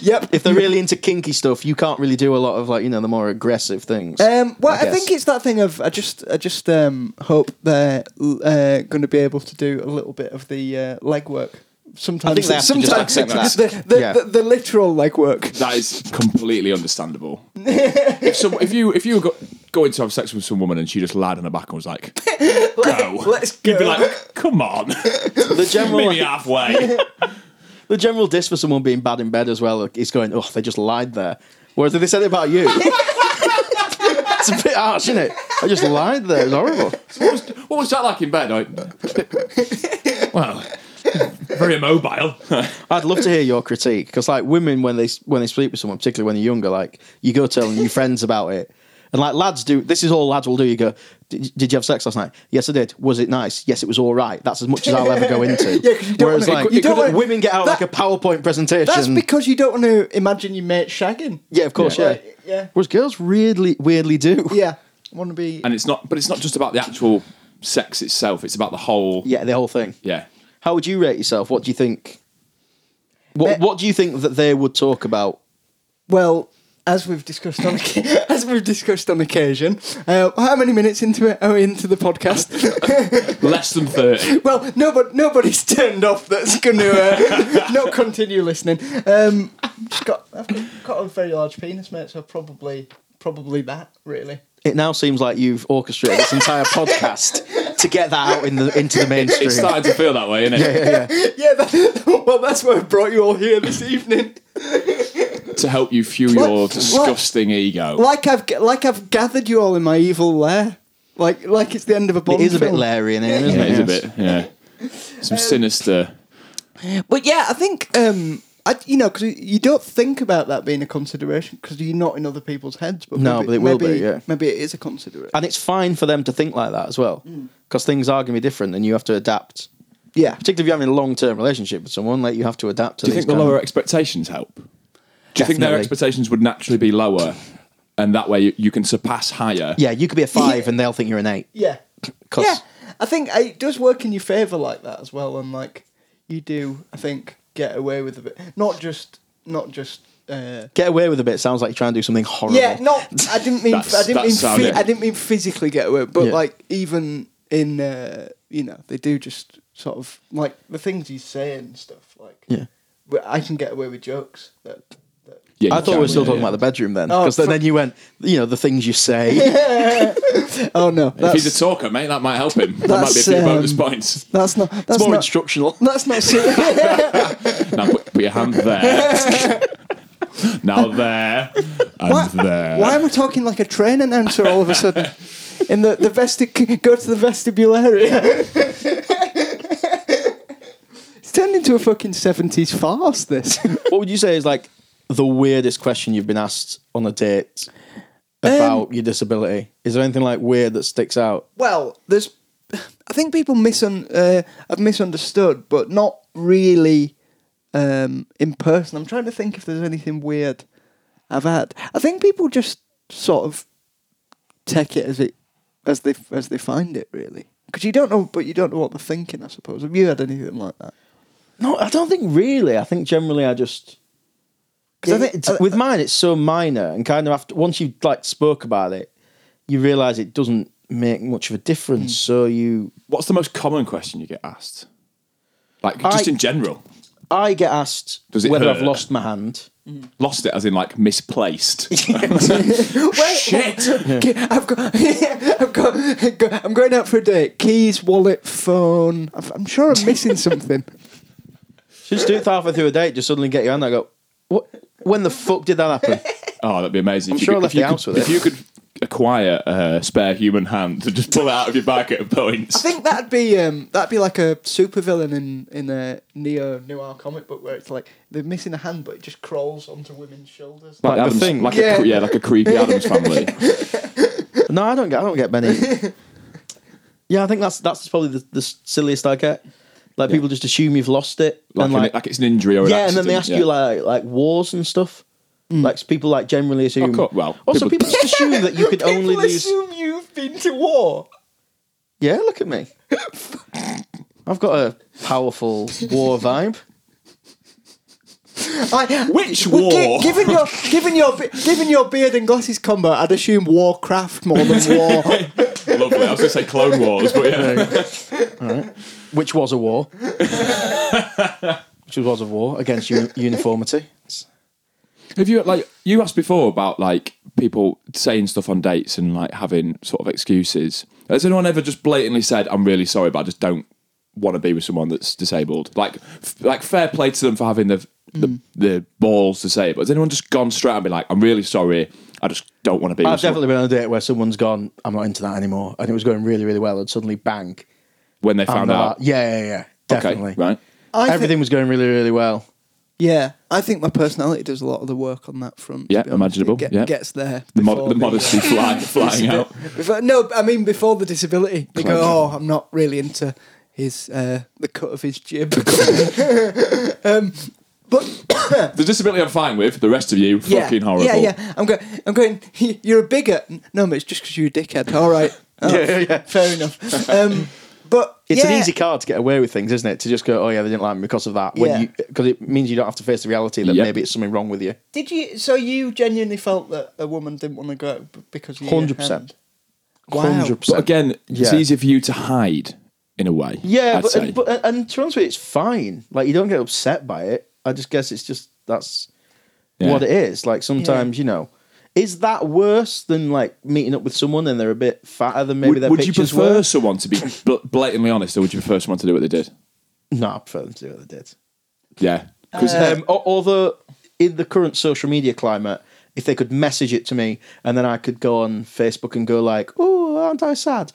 Speaker 3: yep.
Speaker 1: if they're really into kinky stuff you can't really do a lot of like you know the more aggressive things
Speaker 3: Um, well,
Speaker 1: I
Speaker 3: I,
Speaker 1: guess.
Speaker 3: think it's that thing of I just I just um, hope they're uh, going to be able to do a little bit of the uh, legwork. Sometimes,
Speaker 1: I think they have to just
Speaker 3: sometimes
Speaker 1: accept that.
Speaker 3: the, the,
Speaker 1: Yeah.
Speaker 3: the, the literal legwork.
Speaker 2: That is completely understandable. if, some, if you if you were go, going to have sex with some woman and she just lied on her back and was like, "Go,"
Speaker 3: let's
Speaker 2: you'd be
Speaker 3: go.
Speaker 2: like, "Come on,
Speaker 1: the general
Speaker 2: meet me halfway."
Speaker 1: The general diss for someone being bad in bed as well is going, oh, they just lied there. Whereas if they said it about you, it's a bit harsh, isn't it? I just lied there. It's horrible.
Speaker 2: what, was, what was that like in bed? I, well, very immobile.
Speaker 1: I'd love to hear your critique because, like, women when they when they sleep with someone, particularly when they're younger, like you go telling your friends about it, and like lads do. This is all lads will do. You go, did did you have sex last night? Yes, I did. Was it nice? Yes, it was all right. That's as much as I'll ever go into.
Speaker 3: Yeah, 'cause you don't
Speaker 1: Whereas,
Speaker 3: wanna-
Speaker 1: like,
Speaker 3: you don't wanna-
Speaker 1: women get out
Speaker 3: that-
Speaker 1: like a PowerPoint presentation.
Speaker 3: That's because you don't want to imagine your mate shagging.
Speaker 1: yeah, of course,
Speaker 3: Yeah.
Speaker 1: yeah.
Speaker 3: Like, yeah.
Speaker 1: Whereas girls weirdly weirdly do.
Speaker 3: Yeah, want to be.
Speaker 2: and it's not, but it's not just about the actual sex itself. It's about the whole.
Speaker 1: Yeah, the whole thing.
Speaker 2: yeah.
Speaker 1: How would you rate yourself? What do you think? What
Speaker 3: Me-
Speaker 1: What do you think that they would talk about?
Speaker 3: Well, as we've discussed on as we've discussed on occasion, uh, how many minutes into it are we into the podcast?
Speaker 2: Less than thirty.
Speaker 3: Well, nobody, nobody's turned off that's going to uh, not continue listening. Um, just got, I've got, got a very large penis, mate, so probably probably that really.
Speaker 1: It now seems like you've orchestrated this entire podcast to get that out in the into the mainstream.
Speaker 2: It's starting to feel that way, isn't it?
Speaker 3: yeah, that, well, that's why I brought you all here this evening.
Speaker 2: To help you fuel
Speaker 3: What?
Speaker 2: your
Speaker 3: What?
Speaker 2: disgusting ego.
Speaker 3: Like I've g- like I've gathered you all in my evil lair. Like like it's the end of a
Speaker 1: it
Speaker 3: Bond
Speaker 1: is a bit
Speaker 3: film.
Speaker 1: Larry in here, isn't
Speaker 2: Yeah,
Speaker 1: it?
Speaker 2: it is
Speaker 1: Yes.
Speaker 2: a
Speaker 1: Um,
Speaker 2: bit. Yeah, some sinister.
Speaker 3: But yeah, I think um, I, you know because you don't think about that being a consideration because you're not in other people's heads. But
Speaker 1: No,
Speaker 3: maybe,
Speaker 1: but it will be,
Speaker 3: maybe-
Speaker 1: yeah.
Speaker 3: maybe it is a consideration.
Speaker 1: And it's fine for them to think like that as well, because things are going to be different, and you have to adapt.
Speaker 3: yeah,
Speaker 1: Particularly if you're having a long-term relationship with someone, like you have to adapt to.
Speaker 2: Do you
Speaker 1: these
Speaker 2: think the
Speaker 1: kind of-
Speaker 2: lower expectations help? Do you think their
Speaker 1: Definitely.
Speaker 2: expectations would naturally be lower, and that way you, you can surpass higher?
Speaker 1: Yeah, you could be a five, and they'll think you're an eight.
Speaker 3: yeah,
Speaker 1: 'Cause-
Speaker 3: yeah. I think uh, it does work in your favour like that as well, and like you do, I think get away with a bit. Not just not just. Uh,
Speaker 1: Get away with a bit sounds like you're trying to do something horrible.
Speaker 3: Yeah, not. I didn't mean.
Speaker 2: That's-
Speaker 3: I didn't
Speaker 2: that
Speaker 3: mean.
Speaker 2: sounded-
Speaker 3: phy- I didn't mean physically get away, but
Speaker 1: Yeah.
Speaker 3: like even in, uh, you know, they do just sort of like the things he's saying and stuff. Like,
Speaker 1: Yeah.
Speaker 3: but I can get away with jokes. That, that
Speaker 2: Yeah,
Speaker 1: I
Speaker 2: you
Speaker 1: thought we
Speaker 2: can,
Speaker 1: were still
Speaker 2: yeah,
Speaker 1: talking
Speaker 2: yeah.
Speaker 1: about the bedroom then,
Speaker 3: Oh,
Speaker 1: because
Speaker 3: fu-
Speaker 1: then you went, you know, the things you say.
Speaker 3: oh no,
Speaker 2: If
Speaker 3: that's,
Speaker 2: he's a talker, mate, that might help him. That might be a few bonus
Speaker 3: That's, um,
Speaker 2: points.
Speaker 3: that's not. That's
Speaker 1: It's more
Speaker 3: not.
Speaker 1: instructional.
Speaker 3: that's not. ser-
Speaker 2: Now put, put your hand there. now there and
Speaker 3: Why-
Speaker 2: there.
Speaker 3: Why am I talking like a train announcer all of a sudden? In the the vesti- go to the vestibule area. it's turned into a fucking seventies farce. This.
Speaker 1: what would you say is like the weirdest question you've been asked on a date about your disability? Is there anything like weird that sticks out?
Speaker 3: well, there's. I think people misun, uh, have misunderstood, but not really um, in person. I'm trying to think if there's anything weird I've had. I think people just sort of take it as it as they as they find it, really, because you don't know, but you don't know what they're thinking. I suppose. Have you had anything like that?
Speaker 1: No, I don't think really. I think generally I just because I think it's, with mine it's so minor and kind of after once you like spoke about it, you realise it doesn't make much of a difference. So you,
Speaker 2: What's the most common question you get asked? Like just
Speaker 1: I-
Speaker 2: in general,
Speaker 1: I get asked
Speaker 2: Does it
Speaker 1: whether I've
Speaker 2: hurt?
Speaker 1: lost my hand.
Speaker 2: lost it as in like misplaced. Shit.
Speaker 3: Key- I've got, I've got, go- I'm going out for a date. Keys, wallet, phone. I've- I'm sure I'm missing something.
Speaker 1: So just do it halfway through a date, just suddenly get your hand. out and go, what? When the fuck did that happen?
Speaker 2: Oh, that'd be amazing.
Speaker 1: I'm sure I
Speaker 2: could-
Speaker 1: left
Speaker 2: you
Speaker 1: the
Speaker 2: could-
Speaker 1: house with
Speaker 2: if
Speaker 1: it.
Speaker 2: you could acquire a spare human hand to just pull it out of your bag at points.
Speaker 3: I think that'd be um, that'd be like a supervillain in in a neo noir comic book where it's like they're missing a hand, but it just crawls onto women's shoulders.
Speaker 1: Like the
Speaker 2: Adams,
Speaker 1: thing.
Speaker 2: like
Speaker 3: Yeah.
Speaker 2: a, yeah, like a creepy Adams family.
Speaker 1: No, I don't get. I don't get many. yeah, I think that's that's probably the, the silliest I get. Like people just assume you've lost it,
Speaker 2: Like,
Speaker 1: and
Speaker 2: an-
Speaker 1: like,
Speaker 2: like it's an injury or an
Speaker 1: yeah, and then they ask
Speaker 2: accident,
Speaker 1: you
Speaker 2: yeah. Mm.
Speaker 1: like like wars and stuff. Like people like generally assume.
Speaker 2: Of course, well,
Speaker 1: also people,
Speaker 2: people-
Speaker 1: just assume that you could only lose.
Speaker 3: assume you've been to war.
Speaker 1: Yeah, look at me. I've got a powerful war vibe.
Speaker 3: I,
Speaker 2: Which
Speaker 3: Well,
Speaker 2: war?
Speaker 3: gi- given your given your be- given your beard and glasses combo, I'd assume warcraft more than war.
Speaker 2: Lovely. I was going to say Clone Wars, but yeah.
Speaker 1: which was a war, which was a war against u- uniformity.
Speaker 2: Have you like you asked before about like people saying stuff on dates and like having sort of excuses? Has anyone ever just blatantly said, "I'm really sorry, but I just don't want to be with someone that's disabled"? Like, f- like fair play to them for having the the,
Speaker 1: Mm.
Speaker 2: the balls to say it. But has anyone just gone straight and be like, "I'm really sorry, I just don't want to be"?
Speaker 1: I've
Speaker 2: with someone,"
Speaker 1: definitely been on a date where someone's gone, I'm not into that anymore, and it was going really, really well, and suddenly bang,
Speaker 2: when they
Speaker 1: I'm
Speaker 2: found
Speaker 1: not-
Speaker 2: out.
Speaker 1: Yeah, yeah, yeah, definitely.
Speaker 2: Okay, right.
Speaker 3: I thi-
Speaker 1: Everything was going really, really well.
Speaker 3: yeah, I think my personality does a lot of the work on that front. to
Speaker 2: Yeah,
Speaker 3: be honest.
Speaker 2: imaginable,
Speaker 3: It get-
Speaker 2: yeah.
Speaker 3: gets there.
Speaker 2: The,
Speaker 3: before
Speaker 2: mod- the modesty fly, flying out.
Speaker 3: Before, no, I mean before the disability. They go,
Speaker 2: Clever.
Speaker 3: "Oh, I'm not really into his uh, the cut of his jib."
Speaker 2: The disability I'm fine with. The rest of you, fucking horrible.
Speaker 3: Yeah, yeah. I'm going. I'm going. "Y- You're a bigot. No, mate. It's just because you're a dickhead. All right. Oh,
Speaker 1: Yeah, yeah, yeah.
Speaker 3: Fair enough. Um, but
Speaker 1: It's
Speaker 3: yeah.
Speaker 1: an easy card to get away with things, isn't it? To just go, oh yeah, they didn't like me because of that. When
Speaker 3: Yeah.
Speaker 1: you because it means you don't have to face the reality that
Speaker 2: Yep.
Speaker 1: maybe it's something wrong with you.
Speaker 3: Did you? So you genuinely felt that a woman didn't want to go b- because you
Speaker 1: 100%.
Speaker 3: Wow.
Speaker 2: But again, it's
Speaker 1: Yeah.
Speaker 2: easier for you to hide in a way.
Speaker 1: yeah,
Speaker 2: I'd
Speaker 1: but,
Speaker 2: say.
Speaker 1: and, but and to be honest with you, it's fine. Like you don't get upset by it. I just guess it's just that's
Speaker 2: Yeah.
Speaker 1: what it is. Like sometimes you know, Is that worse than like meeting up with someone and they're a bit fatter than maybe
Speaker 2: would,
Speaker 1: their
Speaker 2: would you
Speaker 1: pictures
Speaker 2: prefer
Speaker 1: were?
Speaker 2: someone to be bl- blatantly honest, or would you prefer someone to do what they did?
Speaker 1: No, I prefer them to do what they did.
Speaker 2: Yeah, because
Speaker 1: Um, al- although in the current social media climate, if they could message it to me and then I could go on Facebook and go like, "Oh, aren't I sad?"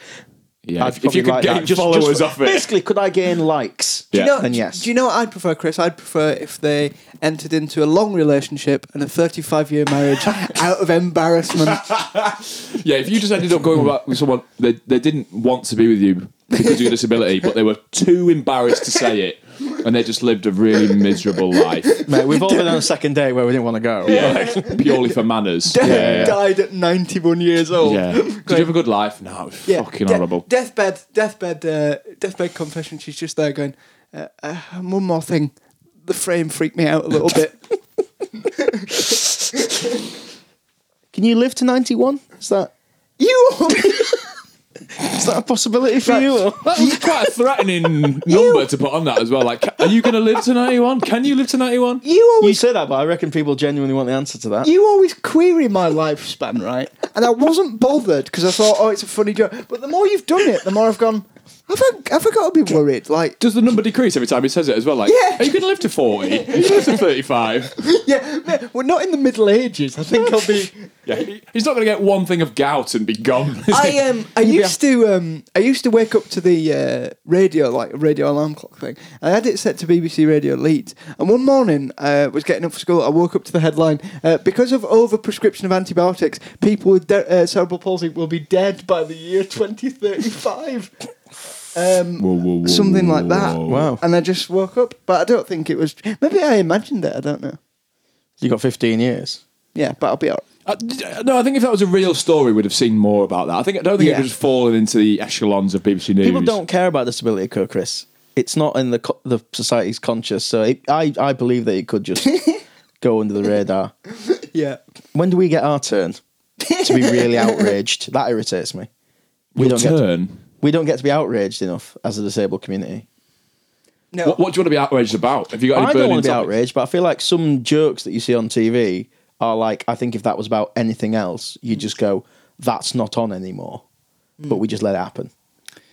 Speaker 2: yeah,
Speaker 1: I'd
Speaker 2: if, if
Speaker 1: probably
Speaker 2: you could
Speaker 1: like
Speaker 2: gain
Speaker 1: that. Just-
Speaker 2: followers
Speaker 1: just-
Speaker 2: off it,
Speaker 1: Basically, could I gain likes?
Speaker 2: Yeah.
Speaker 3: Do you know,
Speaker 1: Then yes.
Speaker 3: Do you know what I'd prefer, Chris? I'd prefer if they entered into a long relationship and a 35 year marriage out of embarrassment.
Speaker 2: yeah, if you just ended up going back with someone they they didn't want to be with you because of your disability, but they were too embarrassed to say it, and they just lived a really miserable life,
Speaker 1: Mate, we've all been on a second date where we didn't want to go.
Speaker 2: yeah, purely for manners. Yeah, yeah, yeah.
Speaker 3: Died at 91 years old.
Speaker 2: Yeah. Did you have a good life? No, it was fucking
Speaker 3: de-
Speaker 2: horrible.
Speaker 3: Deathbed, deathbed, uh, deathbed confession. She's just there going, uh, uh, one more thing. The frame freaked me out a little bit.
Speaker 1: Can you live to ninety-one? Is that
Speaker 3: you are
Speaker 1: is that a possibility for you? or-
Speaker 2: That was quite a threatening number to put on that as well. Like, ca- are you going to live to 91? Can you live to 91?
Speaker 3: you always
Speaker 1: You say that, but I reckon people genuinely want the answer to that.
Speaker 3: you always query my lifespan, right? And I wasn't bothered because I thought, oh, it's a funny joke. But the more you've done it, the more I've gone. Have I, have I got to be worried? Like,
Speaker 2: Does the number decrease every time he says it as well? Like,
Speaker 3: Yeah.
Speaker 2: are you going to live to 40? Are you going to live to 35?
Speaker 3: yeah, man, we're not in the Middle Ages. I think I'll be.
Speaker 2: Yeah, he- he's not going to get one thing of gout and be gone. is
Speaker 3: I
Speaker 2: he?
Speaker 3: um, I used to um, I used to wake up to the uh, radio like radio alarm clock thing. I had it set to BBC Radio Leeds, and one morning I uh, was getting up for school. I woke up to the headline uh, because of overprescription of antibiotics, people with de- uh, cerebral palsy will be dead by the year twenty thirty five. Um,
Speaker 2: Whoa, whoa, whoa,
Speaker 3: something
Speaker 2: whoa,
Speaker 3: like that.
Speaker 2: whoa.
Speaker 1: Wow.
Speaker 3: And I just woke up, but I don't think it was. Maybe I imagined it. I don't know.
Speaker 1: You got fifteen years.
Speaker 3: Yeah, but I'll be alright.
Speaker 2: Uh, d- no, I think if that was a real story, we'd have seen more about that. I think I don't think
Speaker 3: Yeah.
Speaker 2: it was fallen into the echelons of BBC News.
Speaker 1: People don't care about disability, code, Chris. It's not in the co- the society's conscious. So it, I I believe that it could just go under the radar.
Speaker 3: Yeah.
Speaker 1: When do we get our turn to be really outraged? That irritates me. We
Speaker 2: Your
Speaker 1: don't get to,
Speaker 2: turn.
Speaker 1: we don't get to be outraged enough as a disabled community.
Speaker 3: No.
Speaker 2: What, what do you want to be outraged about? Have you got any
Speaker 1: I don't
Speaker 2: burning
Speaker 1: want to be
Speaker 2: topics?
Speaker 1: outraged, but I feel like some jokes that you see on TV are like, I think if that was about anything else, you just go, that's not on anymore.
Speaker 3: Hmm.
Speaker 1: But we just let it happen.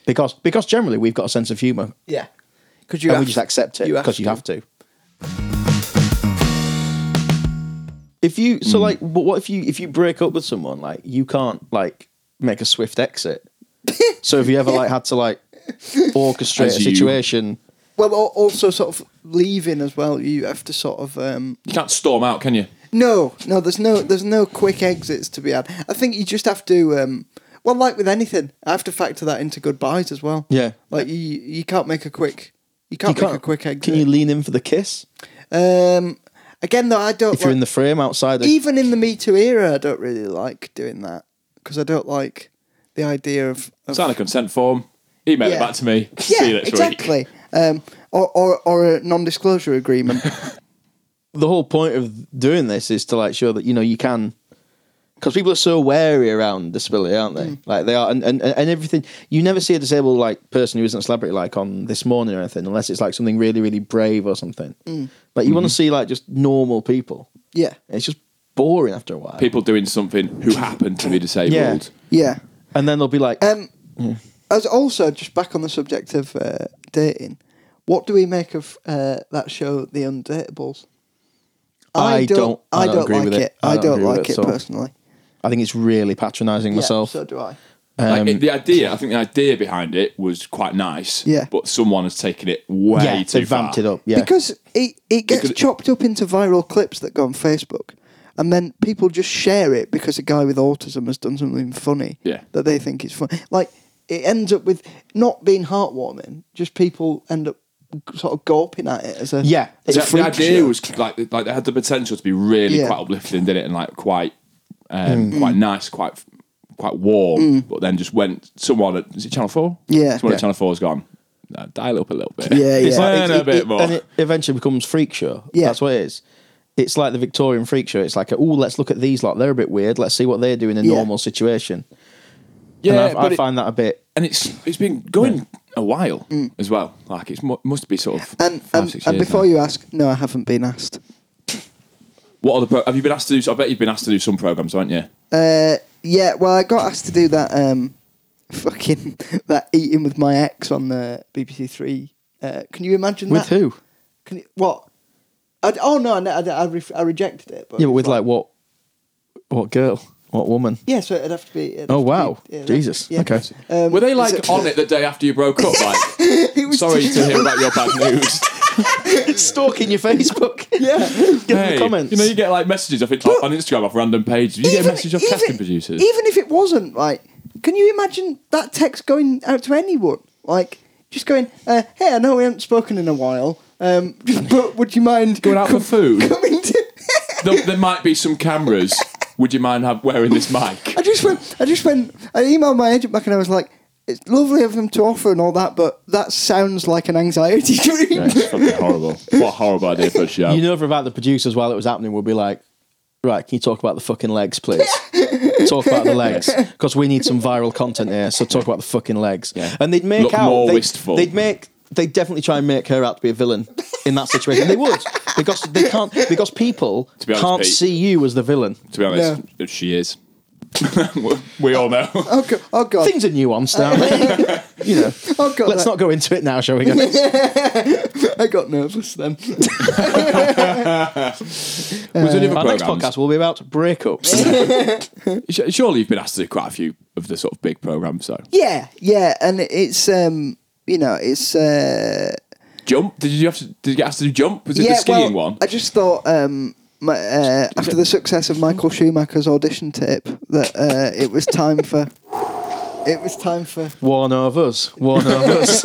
Speaker 1: Because because generally we've got a sense of humour
Speaker 3: Yeah. Because you
Speaker 1: and
Speaker 3: have
Speaker 1: we just
Speaker 3: to-
Speaker 1: accept it
Speaker 3: you have
Speaker 1: because you
Speaker 3: to.
Speaker 1: have to. If you so
Speaker 3: Hmm.
Speaker 1: like, but what if you if you break up with someone like you can't like make a swift exit. so have you ever like had to like orchestrate
Speaker 2: As
Speaker 1: a
Speaker 2: you-
Speaker 1: situation?
Speaker 3: Well, al- also sort of leaving as well. You have to sort of um,
Speaker 2: You can't storm out, can you?
Speaker 3: no, no. There's no there's no quick exits to be had. I think you just have to. Um, well, like with anything, I have to factor that into goodbyes as well.
Speaker 1: Yeah.
Speaker 3: like you you can't make a quick you can't,
Speaker 1: You can't-
Speaker 3: make a quick exit.
Speaker 1: Can you lean in for the kiss
Speaker 3: Um, again, though, I don't.
Speaker 1: if you're
Speaker 3: like-
Speaker 1: in the frame outside? The,
Speaker 3: even in the Me Too era, I don't really like doing that because I don't like the idea of, of
Speaker 2: Sign a consent form. Email
Speaker 3: Yeah.
Speaker 2: it back to me.
Speaker 3: yeah,
Speaker 2: See you next week.
Speaker 3: exactly. Um, or, or or a non-disclosure agreement.
Speaker 1: the whole point of doing this is to like show that you know you can because people are so wary around disability aren't they like they are and, and and everything you never see a disabled like person who isn't a celebrity like on this morning or anything unless it's like something really really brave or something like you want to see like just normal people
Speaker 3: yeah,
Speaker 1: it's just boring after a while
Speaker 2: People doing something who happen to be disabled.
Speaker 1: Yeah.
Speaker 3: yeah.
Speaker 1: and then they'll be like "Eh,"
Speaker 3: Um,
Speaker 1: Hmm.
Speaker 3: As also just back on the subject of uh, dating, what do we make of uh, that show, The Undateables?
Speaker 1: I don't- I don't agree
Speaker 3: like
Speaker 1: with it.
Speaker 3: I, don't,
Speaker 1: agree with
Speaker 3: like
Speaker 1: it
Speaker 3: it,
Speaker 1: at all.
Speaker 3: personally.
Speaker 1: i think it's really patronizing myself
Speaker 3: Yeah, so do I.
Speaker 2: Like,
Speaker 1: Um,
Speaker 2: it- the idea, I think the idea behind it was quite nice.
Speaker 3: Yeah.
Speaker 2: But someone has taken it way
Speaker 1: yeah
Speaker 2: too
Speaker 1: they vamped
Speaker 2: far.
Speaker 1: it up yeah
Speaker 3: Because it, it gets
Speaker 2: Because-
Speaker 3: chopped up into viral clips that go on Facebook. And then people just share it because a guy with autism has done something funny
Speaker 2: Yeah.
Speaker 3: that they think is funny. Like, it ends up with not being heartwarming, just people end up g- sort of gulping at it as a.
Speaker 1: yeah
Speaker 3: as a
Speaker 2: The, the
Speaker 3: freak
Speaker 2: idea
Speaker 3: show.
Speaker 2: was like like they had the potential to be really
Speaker 3: Yeah. Mm.
Speaker 2: quite uplifting, didn't it? And like quite um, quite nice, quite quite warm. But then just went someone at is it Channel Four?
Speaker 3: Yeah.
Speaker 2: someone
Speaker 3: Yeah.
Speaker 2: at Channel Four's gone. "No, dial up a little bit.
Speaker 3: Yeah, yeah.
Speaker 2: It's like,
Speaker 1: It's-
Speaker 2: "No, no, a
Speaker 1: it-
Speaker 2: bit
Speaker 1: it-
Speaker 2: more.
Speaker 1: And it eventually becomes freak show.
Speaker 3: Yeah.
Speaker 1: That's what it is. It's like the Victorian freak show. It's like, oh, let's look at these lot. They're a bit weird. Let's see what they do in a
Speaker 3: Yeah.
Speaker 1: normal situation.
Speaker 2: yeah,
Speaker 1: and I,
Speaker 2: but
Speaker 1: I
Speaker 2: it-
Speaker 1: find that a bit.
Speaker 2: and it's it's been going a while as well. Like it must be sort of
Speaker 3: Mm. And
Speaker 2: five,
Speaker 3: Um, and,
Speaker 2: six
Speaker 3: and
Speaker 2: years
Speaker 3: before
Speaker 2: now.
Speaker 3: you ask, no, I haven't been asked.
Speaker 2: What other pro- have you been asked to do? I bet you've been asked to do some programs, haven't you?
Speaker 3: Uh, yeah, well, I got asked to do that um, fucking that eating with my ex on the BBC Three. Uh, can you imagine
Speaker 1: With
Speaker 3: that?
Speaker 1: who?
Speaker 3: Can you, what? I, oh no, I, I, I, ref, I rejected it. But
Speaker 1: Yeah, but with
Speaker 3: it's
Speaker 1: like what? What girl? What woman?
Speaker 3: yeah, so it'd have to be. it'd
Speaker 1: Oh,
Speaker 3: have to
Speaker 1: wow.
Speaker 3: be- it'd
Speaker 1: Jesus.
Speaker 3: have to-
Speaker 1: Okay.
Speaker 3: Um,
Speaker 2: Were they
Speaker 3: is
Speaker 2: like
Speaker 3: it-
Speaker 2: on it the day after you broke up? Like,
Speaker 3: It was
Speaker 2: sorry to hear about your bad news.
Speaker 1: Stalking your Facebook.
Speaker 3: yeah.
Speaker 1: Give
Speaker 2: Hey,
Speaker 1: them comments.
Speaker 2: You know, you get like messages. I think like, on Instagram off random pages. You get a message off casting producers.
Speaker 3: Even if it wasn't, like, can you imagine that text going out to anyone? Like, just going, uh, hey, I know we haven't spoken in a while, um, but would you mind
Speaker 2: Going out for food.
Speaker 3: coming to.
Speaker 2: there, there might be some cameras. Would you mind have wearing this mic?
Speaker 3: I just went, I just went, I emailed my agent back and I was like, it's lovely of them to offer and all that, but that sounds like an anxiety dream.
Speaker 2: Yeah, it's fucking horrible. What a horrible idea for a show.
Speaker 1: You know for about the producers while it was happening would be like, right, can you talk about the fucking legs, please? talk about the legs because we need some viral content here. So talk about the fucking legs.
Speaker 2: Yeah.
Speaker 1: And they'd make
Speaker 2: Look
Speaker 1: out.
Speaker 2: more
Speaker 1: they'd,
Speaker 2: wistful.
Speaker 1: They'd make. They'd definitely try and make her out to be a villain in that situation. they would because they can't because people
Speaker 2: be honest,
Speaker 1: can't
Speaker 2: Pete-
Speaker 1: see you as the villain.
Speaker 2: to be honest, she is. we all know.
Speaker 3: Oh, God. Oh, God.
Speaker 1: Things are nuanced, aren't they? you know.
Speaker 3: Oh, God.
Speaker 1: Let's
Speaker 3: that-
Speaker 1: not go into it now, shall we? Guys?
Speaker 3: I got nervous then.
Speaker 2: Was there any other
Speaker 1: Uh, Our next
Speaker 2: programmes?
Speaker 1: podcast will be about breakups.
Speaker 2: Sh- Surely you've been asked to do quite a few of the sort of big programs, though.
Speaker 3: yeah, yeah. And it's, um, you know, it's. Uh,
Speaker 2: Jump? Did you have to? Did you get asked to do jump? Was it the skiing one?
Speaker 3: I just thought um, my, uh, after the success of Michael Schumacher's audition tape that uh, it was time for it was time for
Speaker 1: One of us. One of us.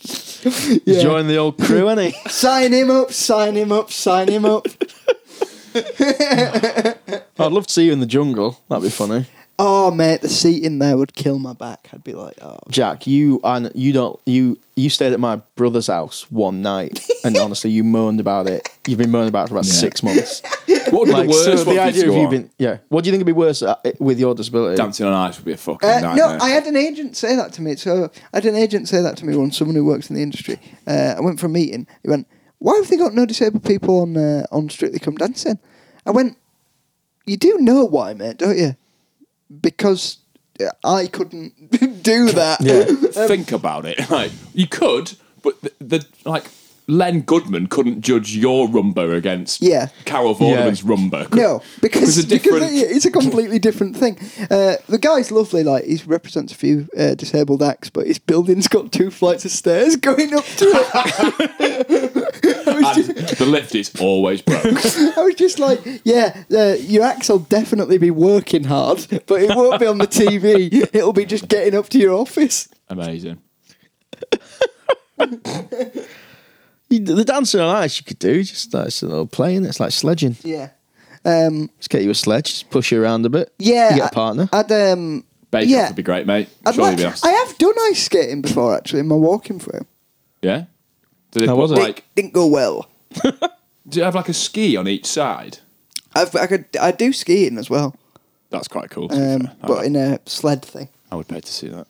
Speaker 1: Join the old crew, any?
Speaker 3: sign him up, sign him up, sign him up.
Speaker 1: I'd love to see you in the jungle. That'd be funny.
Speaker 3: Oh mate, the seat in there would kill my back. I'd be like, oh,
Speaker 1: Jack, you and you don't you you stayed at my brother's house one night, and honestly, you moaned about it. You've been moaning about it for about
Speaker 2: Yeah.
Speaker 1: six months.
Speaker 2: what would be
Speaker 1: Like,
Speaker 2: the worst
Speaker 1: so
Speaker 2: one
Speaker 1: the
Speaker 2: for
Speaker 1: idea
Speaker 2: you to
Speaker 1: of
Speaker 2: go
Speaker 1: you
Speaker 2: on?
Speaker 1: being yeah. What do you think would be worse uh, with your disability?
Speaker 2: dancing on ice would be a fucking
Speaker 3: Uh,
Speaker 2: nightmare.
Speaker 3: no, I had an agent say that to me. So I had an agent say that to me once. Someone who works in the industry. Uh, I went for a meeting. He went, "Why have they got no disabled people on uh, on Strictly Come Dancing?" I went, "You do know why, mate, don't you? Because uh, I couldn't do that.
Speaker 1: Yeah.
Speaker 3: um,
Speaker 2: Think about it. Like you could, but the, the like Len Goodman couldn't judge your rumba against
Speaker 3: Yeah.
Speaker 2: Carol Vorderman's rumba. Could-
Speaker 3: No, because,
Speaker 2: It was a
Speaker 3: because
Speaker 2: different-
Speaker 3: it- it's a completely different thing. Uh, the guy's lovely, like he represents a few uh, disabled acts, but his building's got two flights of stairs going up to it.
Speaker 2: and the lift is always broke.
Speaker 3: I was just like, yeah, uh, your axe will definitely be working hard, but it won't be on the TV. It'll be just getting up to your office.
Speaker 2: Amazing.
Speaker 1: You- the dancing on ice you could do just like it's a little playing. It's like sledging.
Speaker 3: Yeah. Um,
Speaker 1: Just get you a sledge, just push you around a bit.
Speaker 3: yeah.
Speaker 1: you get
Speaker 3: I-
Speaker 1: a partner.
Speaker 3: I'd, um,
Speaker 2: Bake
Speaker 3: Yeah.
Speaker 2: off would be great, mate.
Speaker 3: I'd
Speaker 2: Surely
Speaker 3: like-
Speaker 2: be asked.
Speaker 3: I have done ice skating before, actually, in my walking frame.
Speaker 2: yeah. Did it
Speaker 1: How was
Speaker 2: put,
Speaker 1: it?
Speaker 2: like?
Speaker 3: Didn't go well.
Speaker 2: Do you have like a ski on each side?
Speaker 3: I've, I, could, I do skiing as well,
Speaker 2: That's quite cool. to be
Speaker 3: um,
Speaker 2: fair. I
Speaker 3: but
Speaker 2: would-
Speaker 3: in a sled thing.
Speaker 2: I would pay to see that.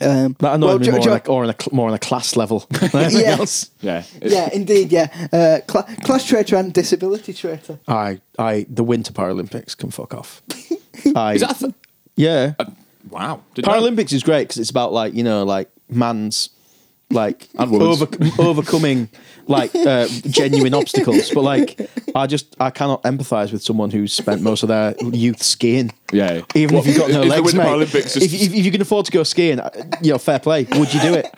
Speaker 3: Um,
Speaker 1: that annoyed
Speaker 3: well,
Speaker 1: me
Speaker 3: jo-
Speaker 1: more,
Speaker 3: jo-
Speaker 1: on a, or on a cl- more on a class level. than anything
Speaker 3: Yeah.
Speaker 1: else.
Speaker 2: Yeah. It's-
Speaker 3: yeah, indeed, yeah. Uh, cla class traitor and disability traitor.
Speaker 1: I, I, the Winter Paralympics can fuck off. I,
Speaker 2: Is that? a th- Uh,
Speaker 1: yeah.
Speaker 2: wow. Did
Speaker 1: Paralympics is great because it's about like you know like man's like
Speaker 2: And women's.
Speaker 1: overc- overcoming like uh, genuine obstacles. But like I just I cannot empathise with someone who's spent most of their youth skiing.
Speaker 2: Yeah.
Speaker 1: even
Speaker 2: What-
Speaker 1: if you've got no
Speaker 2: is the
Speaker 1: legs,
Speaker 2: Winter
Speaker 1: mate.
Speaker 2: Paralympics
Speaker 1: if,
Speaker 2: just-
Speaker 1: if, if you can afford to go skiing, uh, you know, fair play. Would you do it?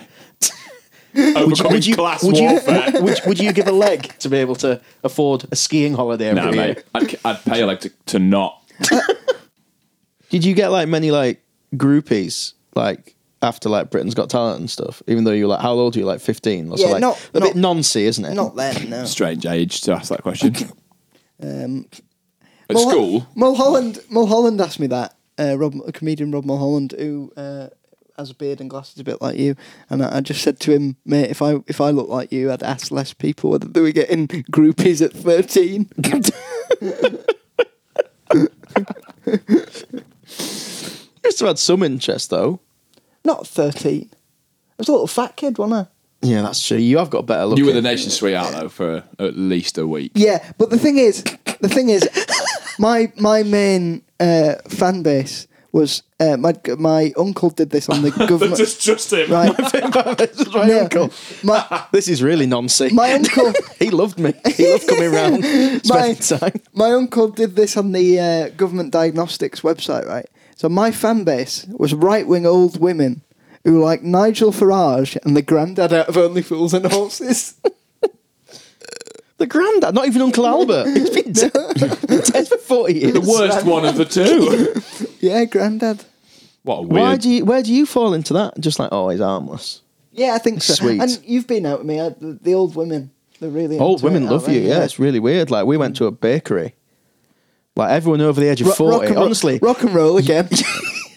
Speaker 1: Would you,
Speaker 2: Overcoming
Speaker 1: would you,
Speaker 2: class
Speaker 1: would, you
Speaker 2: warfare.
Speaker 1: would, would you give a leg to be able to afford a skiing holiday every
Speaker 2: Nah,
Speaker 1: year?
Speaker 2: mate. I'd, I'd pay like to, to not.
Speaker 1: Did you get like many like groupies like after like Britain's Got Talent and stuff? Even though you were like, how old are you? Like fifteen? Or so,
Speaker 3: Yeah,
Speaker 1: like,
Speaker 3: not-
Speaker 1: a bit
Speaker 3: not-
Speaker 1: noncy, isn't it?
Speaker 3: Not then, no.
Speaker 2: Strange age to ask that question.
Speaker 3: Um,
Speaker 2: At
Speaker 3: Mulho-
Speaker 2: school,
Speaker 3: Mulholland, Mulholland asked me that. Uh, Rob, a comedian, Rob Mulholland, who uh, has a beard and glasses, a bit like you. And I, I just said to him, "Mate, if I if I look like you, I'd ask less people whether they were getting groupies at 13.
Speaker 1: You must have had some interest though.
Speaker 3: Not thirteen. I was a little fat kid, wasn't I?
Speaker 1: Yeah, that's true. You have got a better look.
Speaker 2: You were
Speaker 1: at-
Speaker 2: the nation's sweetheart though for at least a week.
Speaker 3: Yeah, but the thing is, the thing is, my my main uh, fan base was uh, my my uncle did this on the government.
Speaker 2: Just trust him.
Speaker 3: right,
Speaker 1: this is my
Speaker 3: No,
Speaker 1: uncle.
Speaker 3: My
Speaker 1: This is really noncy.
Speaker 3: my uncle
Speaker 1: he loved me. He loved coming round, spending
Speaker 3: My-
Speaker 1: time.
Speaker 3: my uncle did this on the uh, government diagnostics website. Right, so my fan base was right wing old women who like Nigel Farage and the granddad out of Only Fools and Horses.
Speaker 1: The granddad, not even Uncle Albert. He's been dead, been dead for forty years.
Speaker 2: The worst one of the two.
Speaker 3: yeah, granddad.
Speaker 2: What a
Speaker 1: Why
Speaker 2: weird.
Speaker 1: do you? Where do you fall into that? Just like, oh, he's harmless.
Speaker 3: Yeah, I think so.
Speaker 1: Sweet.
Speaker 3: And you've been out with me. I, the, the old women, they're really
Speaker 1: Old
Speaker 3: into it,
Speaker 1: Oh, women
Speaker 3: aren't
Speaker 1: love
Speaker 3: they?
Speaker 1: you. Yeah, it's really weird. Like we went to a bakery. Like everyone over the age of
Speaker 3: Ro-
Speaker 1: forty.
Speaker 3: and ro-
Speaker 1: honestly,
Speaker 3: rock and roll again.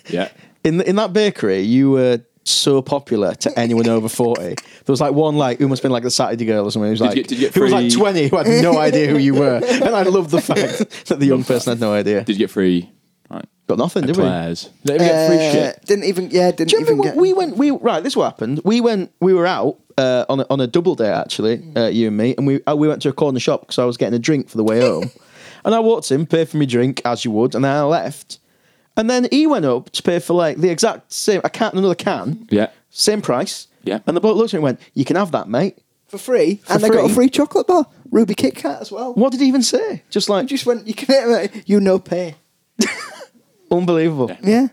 Speaker 2: Yeah.
Speaker 1: in in that bakery, you were so popular to anyone over forty. There was like one like who must have been like the Saturday girl or something. Who was
Speaker 2: you
Speaker 1: like
Speaker 2: get- did you get
Speaker 1: who was like
Speaker 2: free-
Speaker 1: twenty who had no idea who you were, and I love the fact that the young person had no idea.
Speaker 2: Did you get free like,
Speaker 1: Got nothing, did we?
Speaker 2: eclairs? Did you get free
Speaker 3: Uh,
Speaker 2: shit?
Speaker 3: Didn't even yeah. Didn't
Speaker 1: Do you
Speaker 3: even
Speaker 1: remember
Speaker 3: get.
Speaker 1: what we went? We right. This is what happened. We went. We were out uh, on a, on a double day actually,
Speaker 3: Hmm.
Speaker 1: uh, you and me, and we uh, we went to a corner shop because I was getting a drink for the way home, and I walked in, paid for my drink as you would, and then I left, and then he went up to pay for like the exact same a can, another can,
Speaker 2: Yeah.
Speaker 1: same price,
Speaker 2: Yeah.
Speaker 1: and the bloke looked at me and went, "You can have that, mate."
Speaker 3: for free, and they got a
Speaker 1: free?
Speaker 3: free chocolate bar, Ruby Kit Kat as well.
Speaker 1: What did he even say? Just
Speaker 3: I
Speaker 1: like
Speaker 3: just went. You can you no pay.
Speaker 1: unbelievable.
Speaker 3: Yeah.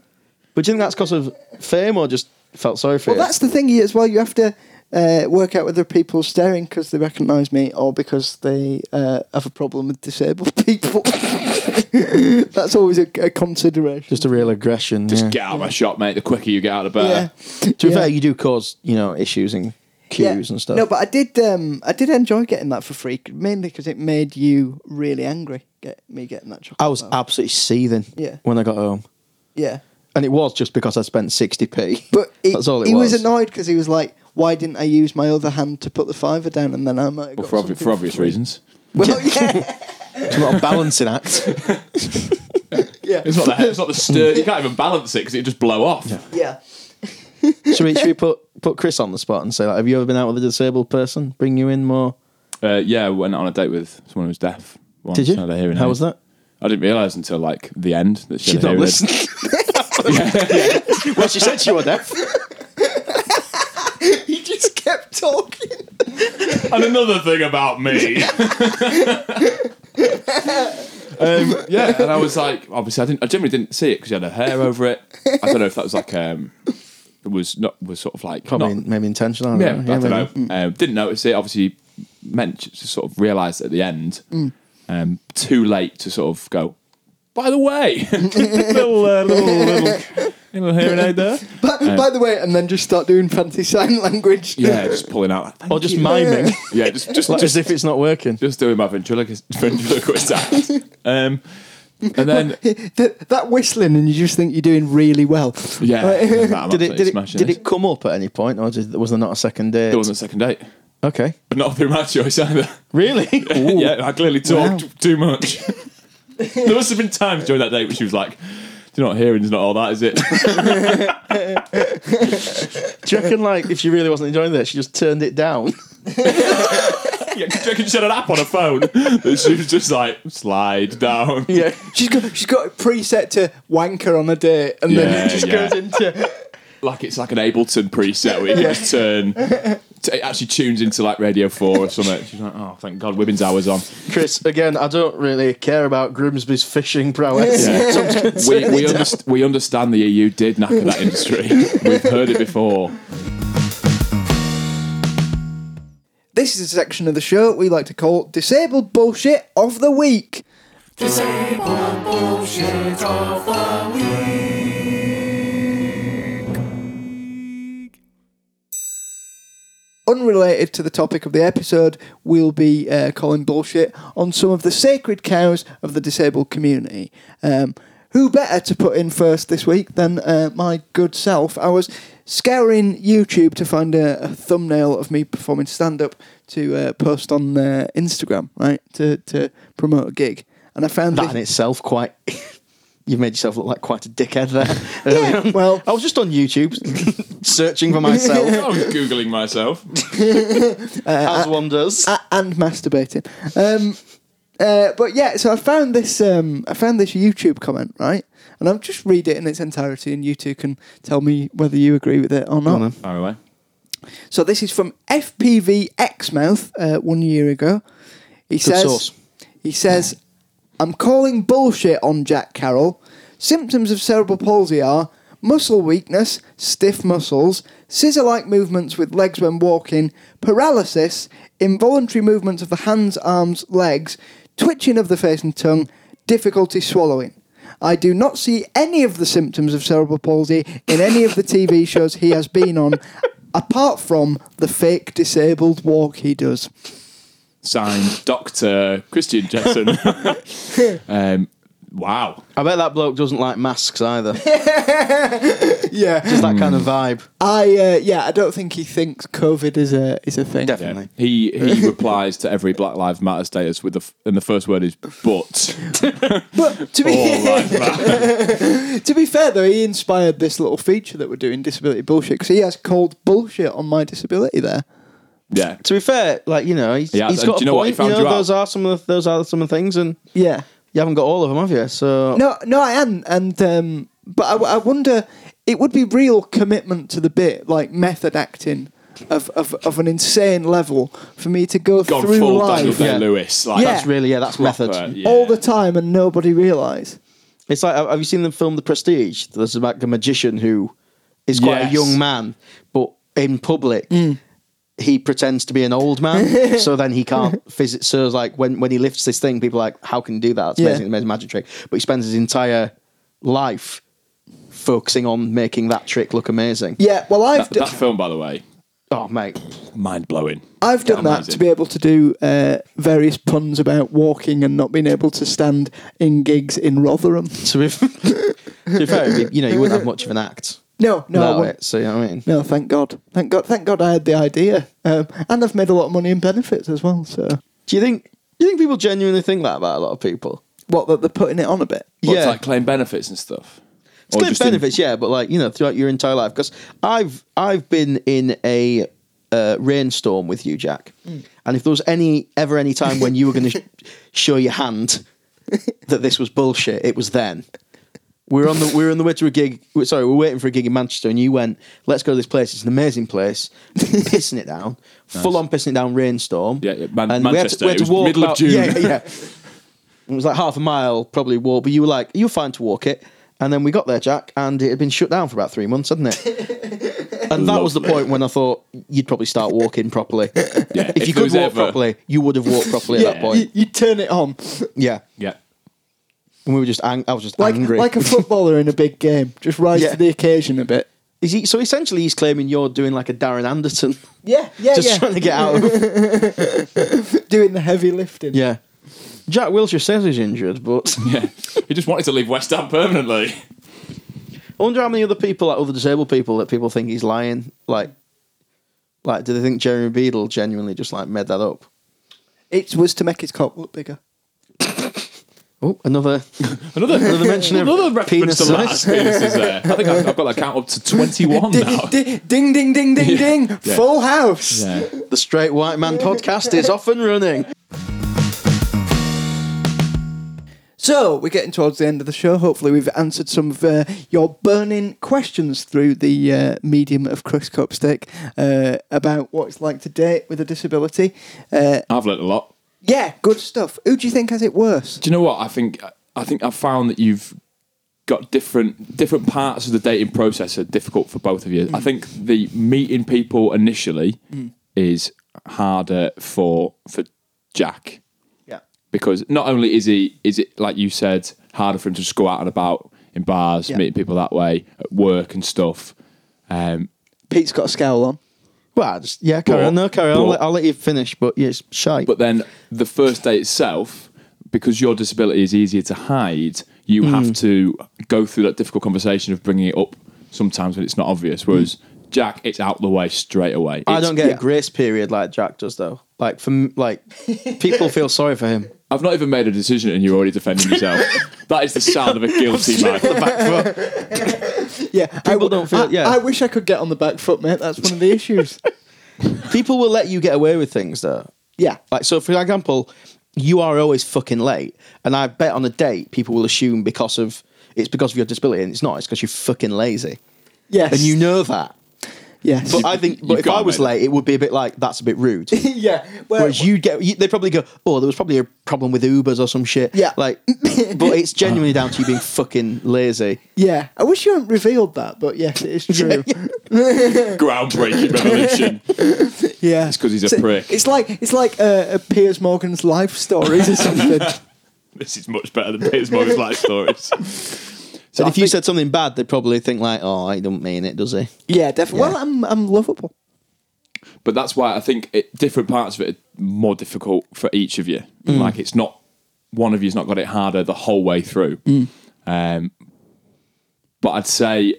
Speaker 1: But do you think that's because of fame or just felt sorry for
Speaker 3: Well,
Speaker 1: you?
Speaker 3: that's the thing as well. You have to uh, work out whether people are staring because they recognise me or because they uh, have a problem with disabled people. that's always a, a consideration.
Speaker 1: just a real aggression.
Speaker 2: Just
Speaker 1: yeah.
Speaker 2: get out of my shop, mate. The quicker you get out, the
Speaker 3: yeah.
Speaker 2: better.
Speaker 1: to be
Speaker 3: yeah.
Speaker 1: fair, you do cause you know issues and queues
Speaker 3: Yeah.
Speaker 1: and stuff.
Speaker 3: No, but I did. Um, I did enjoy getting that for free, mainly because it made you really angry. Get me getting that chocolate.
Speaker 1: I was
Speaker 3: bar.
Speaker 1: absolutely seething
Speaker 3: Yeah.
Speaker 1: when I got home.
Speaker 3: yeah,
Speaker 1: And it was just because I spent 60p.
Speaker 3: but it,
Speaker 1: that's all it
Speaker 3: he
Speaker 1: was.
Speaker 3: was, annoyed because he was like, "Why didn't I use my other hand to put the fiver down?" And then I might have
Speaker 2: Well,
Speaker 3: got
Speaker 2: for, obvi-
Speaker 3: something
Speaker 2: for obvious
Speaker 3: free.
Speaker 2: reasons.
Speaker 3: Well, yeah,
Speaker 1: It's not a balancing act.
Speaker 3: yeah,
Speaker 2: It's not the it's not the stir. You can't even balance it because it just blow off.
Speaker 3: yeah.
Speaker 1: should we, should we put, put Chris on the spot and say, like, have you ever been out with a disabled person? Bring you in more?
Speaker 2: Uh, yeah, I went on a date with someone who was deaf. Once,
Speaker 1: Did you?
Speaker 2: and had a hearing
Speaker 1: How
Speaker 2: aid.
Speaker 1: was that?
Speaker 2: I didn't realise until like the end that she
Speaker 1: She'd
Speaker 2: had a
Speaker 1: not
Speaker 2: hearing aid.
Speaker 1: listen. well, she said she was deaf.
Speaker 3: He just kept talking.
Speaker 2: And another thing about me. um, yeah, and I was like, obviously, I didn't. I generally didn't see it because she had her hair over it. I don't know if that was like um, it was not was sort of like
Speaker 1: Probably,
Speaker 2: not-
Speaker 1: maybe intentional. I don't
Speaker 2: yeah,
Speaker 1: know.
Speaker 2: I
Speaker 1: maybe.
Speaker 2: don't know. Um, didn't notice it. Obviously, meant to sort of realised at the end. Um, too late to sort of go. By the way, little, uh, little little little hearing aid there.
Speaker 3: By, by the way, and then just start doing fancy sign language.
Speaker 2: Yeah, just pulling out.
Speaker 1: Or just miming,
Speaker 2: yeah, just just
Speaker 1: like,
Speaker 2: just
Speaker 1: as if it's not working.
Speaker 2: just doing my ventriloquist, ventriloquist act. Um, and then,
Speaker 3: That, that whistling, and you just think you're doing really well.
Speaker 2: yeah, I'm
Speaker 1: Did it,
Speaker 2: absolutely
Speaker 1: did, it,
Speaker 2: smashing
Speaker 1: did
Speaker 2: this.
Speaker 1: it come up at any point, or did, was there not a second date?
Speaker 2: There wasn't a second date,
Speaker 1: Okay.
Speaker 2: but not through my choice either.
Speaker 1: Really?
Speaker 2: yeah, I clearly talked too much. there must have been times during that date when she was like, "Do you not hearing's not all that, is it?"
Speaker 1: Do you reckon, like, if she really wasn't enjoying it, she just turned it down?
Speaker 2: yeah, do you reckon she had an app on her phone that she was just like slide down.
Speaker 1: yeah.
Speaker 3: She's got she's got it preset to wanker on a date, and
Speaker 2: Yeah,
Speaker 3: then it just
Speaker 2: yeah.
Speaker 3: goes into
Speaker 2: Like it's like an Ableton preset where you just turn. It actually tunes into like Radio Four or something. She's like, "Oh, thank God, women's hours on."
Speaker 1: Chris, again, I don't really care about Grimsby's fishing prowess.
Speaker 2: Yeah. we, we, underst- we understand the EU did knacker that industry. We've heard it before.
Speaker 3: This is a section of the show we like to call Disabled Bullshit of the Week. Disabled Bullshit of the Week. Unrelated to the topic of the episode, we'll be uh, calling bullshit on some of the sacred cows of the disabled community. Um, who better to put in first this week than uh, my good self? I was scouring YouTube to find a, a thumbnail of me performing stand up to uh, post on uh, Instagram, right, to, to promote a gig. And I found
Speaker 1: That in
Speaker 3: this,
Speaker 1: itself quite You've made yourself look like quite a dickhead there. yeah,
Speaker 3: well-
Speaker 1: I was just on YouTube searching for myself,
Speaker 2: I'm googling myself.
Speaker 1: as one does.
Speaker 3: A- and masturbating. Um, uh, but yeah, so I found this. Um, I found this YouTube comment right, and I'll just read it in its entirety, and you two can tell me whether you agree with it or not.
Speaker 1: on
Speaker 2: Fire away.
Speaker 3: So this is from FPV Xmouth uh, one year ago. He says,
Speaker 1: source.
Speaker 3: he says, I'm calling bullshit on Jack Carroll. Symptoms of cerebral palsy are muscle weakness, stiff muscles, scissor-like movements with legs when walking, paralysis, involuntary movements of the hands, arms, legs, twitching of the face and tongue, difficulty swallowing. I do not see any of the symptoms of cerebral palsy in any of the TV shows he has been on, apart from the fake disabled walk he does.
Speaker 2: Signed, Doctor Christian Jackson. um, wow.
Speaker 1: I bet that bloke doesn't like masks either. It's
Speaker 3: Yeah,
Speaker 1: that kind of vibe.
Speaker 3: I uh, yeah, I don't think he thinks COVID is a is a thing.
Speaker 1: Definitely.
Speaker 2: Yeah. He he replies to every Black Lives Matter status with the f- and the first word is but.
Speaker 3: But to be
Speaker 2: All lives matter.
Speaker 3: to be fair though, he inspired this little feature that we're doing, disability bullshit, because he has called bullshit on my disability there.
Speaker 2: Yeah.
Speaker 1: To be fair, like you know, he's,
Speaker 2: He has,
Speaker 1: he's
Speaker 2: and
Speaker 1: got
Speaker 2: do
Speaker 1: a
Speaker 2: you know what? He
Speaker 1: point. You
Speaker 2: found
Speaker 1: know,
Speaker 2: you out.
Speaker 1: those are some of the, those are some of the things, and
Speaker 3: Yeah.
Speaker 1: you haven't got all of them, have you? So
Speaker 3: No, no, I am, and um, but I, I wonder it would be real commitment to the bit, like method acting. Of, of, of an insane level for me to go
Speaker 2: Gone
Speaker 3: through
Speaker 2: full Daniel
Speaker 3: life
Speaker 2: Day
Speaker 1: yeah.
Speaker 2: Lewis. Like
Speaker 3: Yeah.
Speaker 1: that's really yeah, that's
Speaker 2: proper,
Speaker 1: method.
Speaker 2: yeah.
Speaker 3: all the time and nobody realise.
Speaker 1: It's like, have you seen the film The Prestige? There's about a magician who is quite
Speaker 2: Yes.
Speaker 1: a young man, but in public,
Speaker 3: Hmm.
Speaker 1: he pretends to be an old man. so then he can't phys- So it's like when, when he lifts this thing, people are like, how can he do that? That's
Speaker 3: Yeah.
Speaker 1: amazing, amazing magic trick. But he spends his entire life focusing on making that trick look amazing.
Speaker 3: Yeah, well, I've
Speaker 2: That, that film, by the way,
Speaker 1: Oh, mate.
Speaker 2: mind blowing.
Speaker 3: I've done that
Speaker 2: amazing.
Speaker 3: to be able to do uh, various puns about walking and not being able to stand in gigs in Rotherham.
Speaker 1: So if, to be fair, it'd be- you know, you wouldn't have much of an act.
Speaker 3: No, no, I
Speaker 1: without
Speaker 3: won't.
Speaker 1: it, so you know what I mean.
Speaker 3: no. Thank God, thank God, thank God, I had the idea, um, and I've made a lot of money in benefits as well. So,
Speaker 1: Do you think? Do you think people genuinely think that about a lot of people?
Speaker 3: what that they're putting it on a bit.
Speaker 2: But
Speaker 1: Yeah.
Speaker 2: to, like claim benefits and stuff.
Speaker 1: It's
Speaker 2: Or
Speaker 1: good
Speaker 2: just in-
Speaker 1: benefits, yeah, but like you know, throughout your entire life, because I've I've been in a uh, rainstorm with you, Jack,
Speaker 2: Mm.
Speaker 1: and if there was any ever any time when you were going to sh- show your hand that this was bullshit, it was then. We were on the we were on the way to a gig. we- Sorry, we were waiting for a gig in Manchester, and you went, "Let's go to this place. It's an amazing place." pissing it down, full on pissing it down rainstorm.
Speaker 2: Yeah, yeah, Man-
Speaker 1: And we had
Speaker 2: Manchester, it was middle of
Speaker 1: about-
Speaker 2: June.
Speaker 1: Yeah, yeah. It was like half a mile, probably walk, but you were like, you were fine to walk it. And then we got there, Jack, and it had been shut down for about three months, hadn't it? and that was the
Speaker 2: Lovely.
Speaker 1: point when I thought you'd probably start walking properly.
Speaker 2: Yeah,
Speaker 1: If, you
Speaker 2: there
Speaker 1: could
Speaker 2: was
Speaker 1: walk
Speaker 2: ever-
Speaker 1: properly, you would have walked properly at that
Speaker 3: you,
Speaker 1: point.
Speaker 3: you turn it on
Speaker 1: Yeah.
Speaker 2: Yeah.
Speaker 1: And we were just, ang- I was just
Speaker 3: like
Speaker 1: angry.
Speaker 3: like a footballer in a big game. Just rise
Speaker 1: Yeah.
Speaker 3: to the occasion a bit.
Speaker 1: Is he, so essentially, he's claiming you're doing like a Darren Anderson,
Speaker 3: Yeah, yeah,
Speaker 1: just
Speaker 3: yeah.
Speaker 1: trying to get out of.
Speaker 3: Doing the heavy lifting.
Speaker 1: yeah. Jack Wilshire says he's injured, but
Speaker 2: Yeah. he just wanted to leave West Ham permanently.
Speaker 1: I wonder how many other people, like other disabled people, that people think he's lying. Like, like, do they think Jeremy Beadle genuinely just like made that up?
Speaker 3: It was to make his cock look bigger.
Speaker 1: Oh, another
Speaker 2: Another,
Speaker 1: another mention of
Speaker 2: another reference
Speaker 1: penis
Speaker 2: to
Speaker 1: size.
Speaker 2: last penises there. I think I've, I've got that count up to 21 now.
Speaker 3: Ding, ding, ding, ding, ding, ding.
Speaker 2: Oh, Yeah.
Speaker 3: Full house.
Speaker 2: Yeah.
Speaker 1: The Straight White Man podcast is off and running.
Speaker 3: So we're getting towards the end of the show. Hopefully, we've answered some of uh, your burning questions through the uh, medium of Chris Copstick uh, about what it's like to date with a disability. Uh,
Speaker 2: I've learnt a lot.
Speaker 3: yeah, good stuff. Who do you think has it worse?
Speaker 2: Do you know what? I think I think I've found that you've got different different parts of the dating process are difficult for both of you.
Speaker 1: Mm.
Speaker 2: I think the meeting people initially is harder for for Jack
Speaker 1: Yeah,
Speaker 2: because not only is he is it like you said harder for him to just go out and about in bars,
Speaker 3: Yeah.
Speaker 2: meeting people that way at work and stuff. Um,
Speaker 3: Pete's got a scowl on.
Speaker 1: well, I just, yeah, carry
Speaker 2: But-
Speaker 1: on. No, carry on. I'll
Speaker 2: but-
Speaker 1: let, I'll let you finish, but yeah, it's shite.
Speaker 2: But then the first day itself, because your disability is easier to hide,
Speaker 1: Mm.
Speaker 2: you have to go through that difficult conversation of bringing it up sometimes when it's not obvious. Whereas Jack, it's out the way straight away.
Speaker 1: Mm. I
Speaker 2: It's-
Speaker 1: don't get
Speaker 3: yeah.
Speaker 1: a grace period like Jack does, though. Like for m- like, people feel sorry for him.
Speaker 2: I've not even made a decision and you're already defending yourself. that is the sound of a guilty man.
Speaker 3: Yeah, I
Speaker 4: People
Speaker 3: w-
Speaker 4: don't feel-
Speaker 3: I-
Speaker 4: yeah.
Speaker 3: I wish I could get on the back foot, mate. That's one of the issues.
Speaker 1: People will let you get away with things though.
Speaker 3: yeah,
Speaker 1: Like, so for example, you are always fucking late, and I bet on a date people will assume because of it's because of your disability, and it's not. It's because you're fucking lazy,
Speaker 3: yes,
Speaker 1: and you know that.
Speaker 3: yes,
Speaker 1: But I think,
Speaker 2: you've
Speaker 1: but if
Speaker 2: got
Speaker 1: I
Speaker 2: to
Speaker 1: was
Speaker 2: make-
Speaker 1: late, it would be a bit like that's a bit rude.
Speaker 3: yeah. Well,
Speaker 1: Whereas you get, you, they probably go, "Oh, there was probably a problem with Ubers or some shit."
Speaker 3: Yeah.
Speaker 1: like, but it's genuinely down to you being fucking lazy.
Speaker 3: yeah. I wish you hadn't revealed that, but yes, it is true. yeah,
Speaker 2: Groundbreaking revelation. It's 'cause he's a
Speaker 3: So
Speaker 2: prick.
Speaker 3: It's like it's like uh, a Piers Morgan's life stories or something.
Speaker 2: This is much better than Piers Morgan's life stories.
Speaker 1: So
Speaker 2: I
Speaker 1: if you
Speaker 2: think-
Speaker 1: said something bad, they'd probably think like, "Oh, he don't mean it, does he?"
Speaker 3: yeah, definitely. Well, I'm I'm lovable.
Speaker 2: but that's why I think it, different parts of it are more difficult for each of you.
Speaker 1: Mm.
Speaker 2: Like it's not one of you's not got it harder the whole way through.
Speaker 1: Mm.
Speaker 2: Um, but I'd say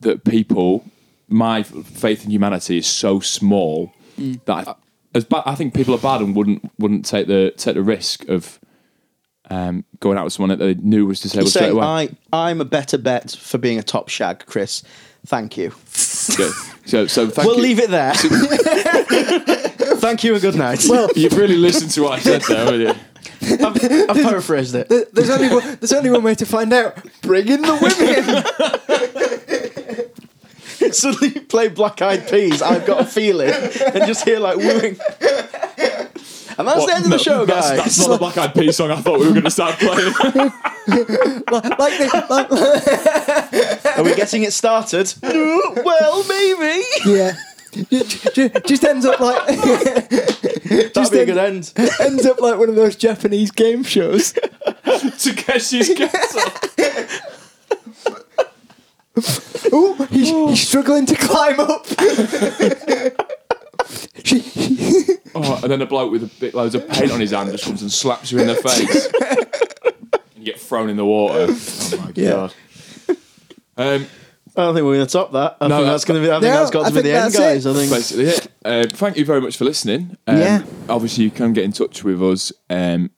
Speaker 2: that people, my faith in humanity is so small
Speaker 1: Mm.
Speaker 2: that I, as ba- I think people are bad and wouldn't wouldn't take the take the risk of um, going out with someone that they knew was disabled
Speaker 1: You
Speaker 2: straight
Speaker 1: say,
Speaker 2: away.
Speaker 1: "I, I'm a better bet for being a top shag, Chris." Thank you.
Speaker 2: so, so, so thank
Speaker 1: we'll
Speaker 2: you.
Speaker 1: leave it there. Thank you and good night.
Speaker 2: You've really listened to what I said there, haven't you?
Speaker 1: I've, I've paraphrased it.
Speaker 3: There- There's only one, there's only one way to find out. Bring in the women.
Speaker 1: Suddenly you play Black Eyed Peas, I've got a feeling, and just hear like wooing. And that's the end of the
Speaker 2: No,
Speaker 1: show,
Speaker 2: that's,
Speaker 1: guys.
Speaker 2: That's not the Black Eyed Peas song I thought we were going to start playing.
Speaker 3: like, like the, like,
Speaker 1: Are we getting it started? No, well, maybe.
Speaker 3: yeah. Just, just ends up like
Speaker 1: That'd be a
Speaker 3: end-
Speaker 1: good end.
Speaker 3: ends up like one of those Japanese game shows.
Speaker 2: Takeshi's Castle.
Speaker 3: Ooh, he's, he's struggling to climb up. she,
Speaker 2: Oh, and then a bloke with a bit loads of paint on his hand just comes and slaps you in the face. and you get thrown in the water. Oh my god. Um,
Speaker 1: I don't think we're going to top that. I
Speaker 2: No,
Speaker 1: think
Speaker 2: that-
Speaker 1: that's going to be. I think
Speaker 3: No,
Speaker 1: that's got
Speaker 3: I
Speaker 1: to be the
Speaker 3: think
Speaker 1: end, guys.
Speaker 3: that's it.
Speaker 1: I think.
Speaker 2: basically it. Uh, thank you very much for listening. Um,
Speaker 3: Yeah.
Speaker 2: Obviously, you can get in touch with us um,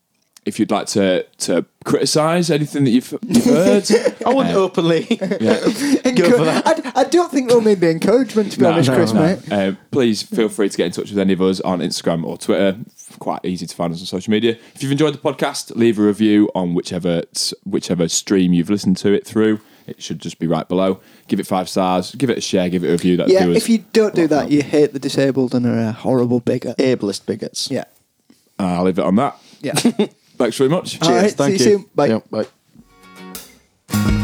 Speaker 2: if you'd like to to criticise anything that you've, you've heard.
Speaker 1: I wouldn't openly.
Speaker 2: yeah.
Speaker 1: Go for that.
Speaker 3: I, I don't think they'll need the encouragement to be
Speaker 2: No,
Speaker 3: honest,
Speaker 2: no,
Speaker 3: Chris,
Speaker 2: no.
Speaker 3: mate.
Speaker 2: Um, please feel free to get in touch with any of us on Instagram or Twitter. It's Quite easy to find us on social media. If you've enjoyed the podcast, leave a review on whichever whichever stream you've listened to it through. It should just be right below. Give it five stars. Give it a share. Give it a review. That
Speaker 3: Yeah, if you don't do that, you hate the disabled and are a horrible bigot.
Speaker 1: Ableist bigots.
Speaker 3: Yeah,
Speaker 2: I'll leave it on that.
Speaker 3: yeah.
Speaker 2: Thanks very much.
Speaker 3: All right, see you soon. Bye.
Speaker 1: Yeah, bye.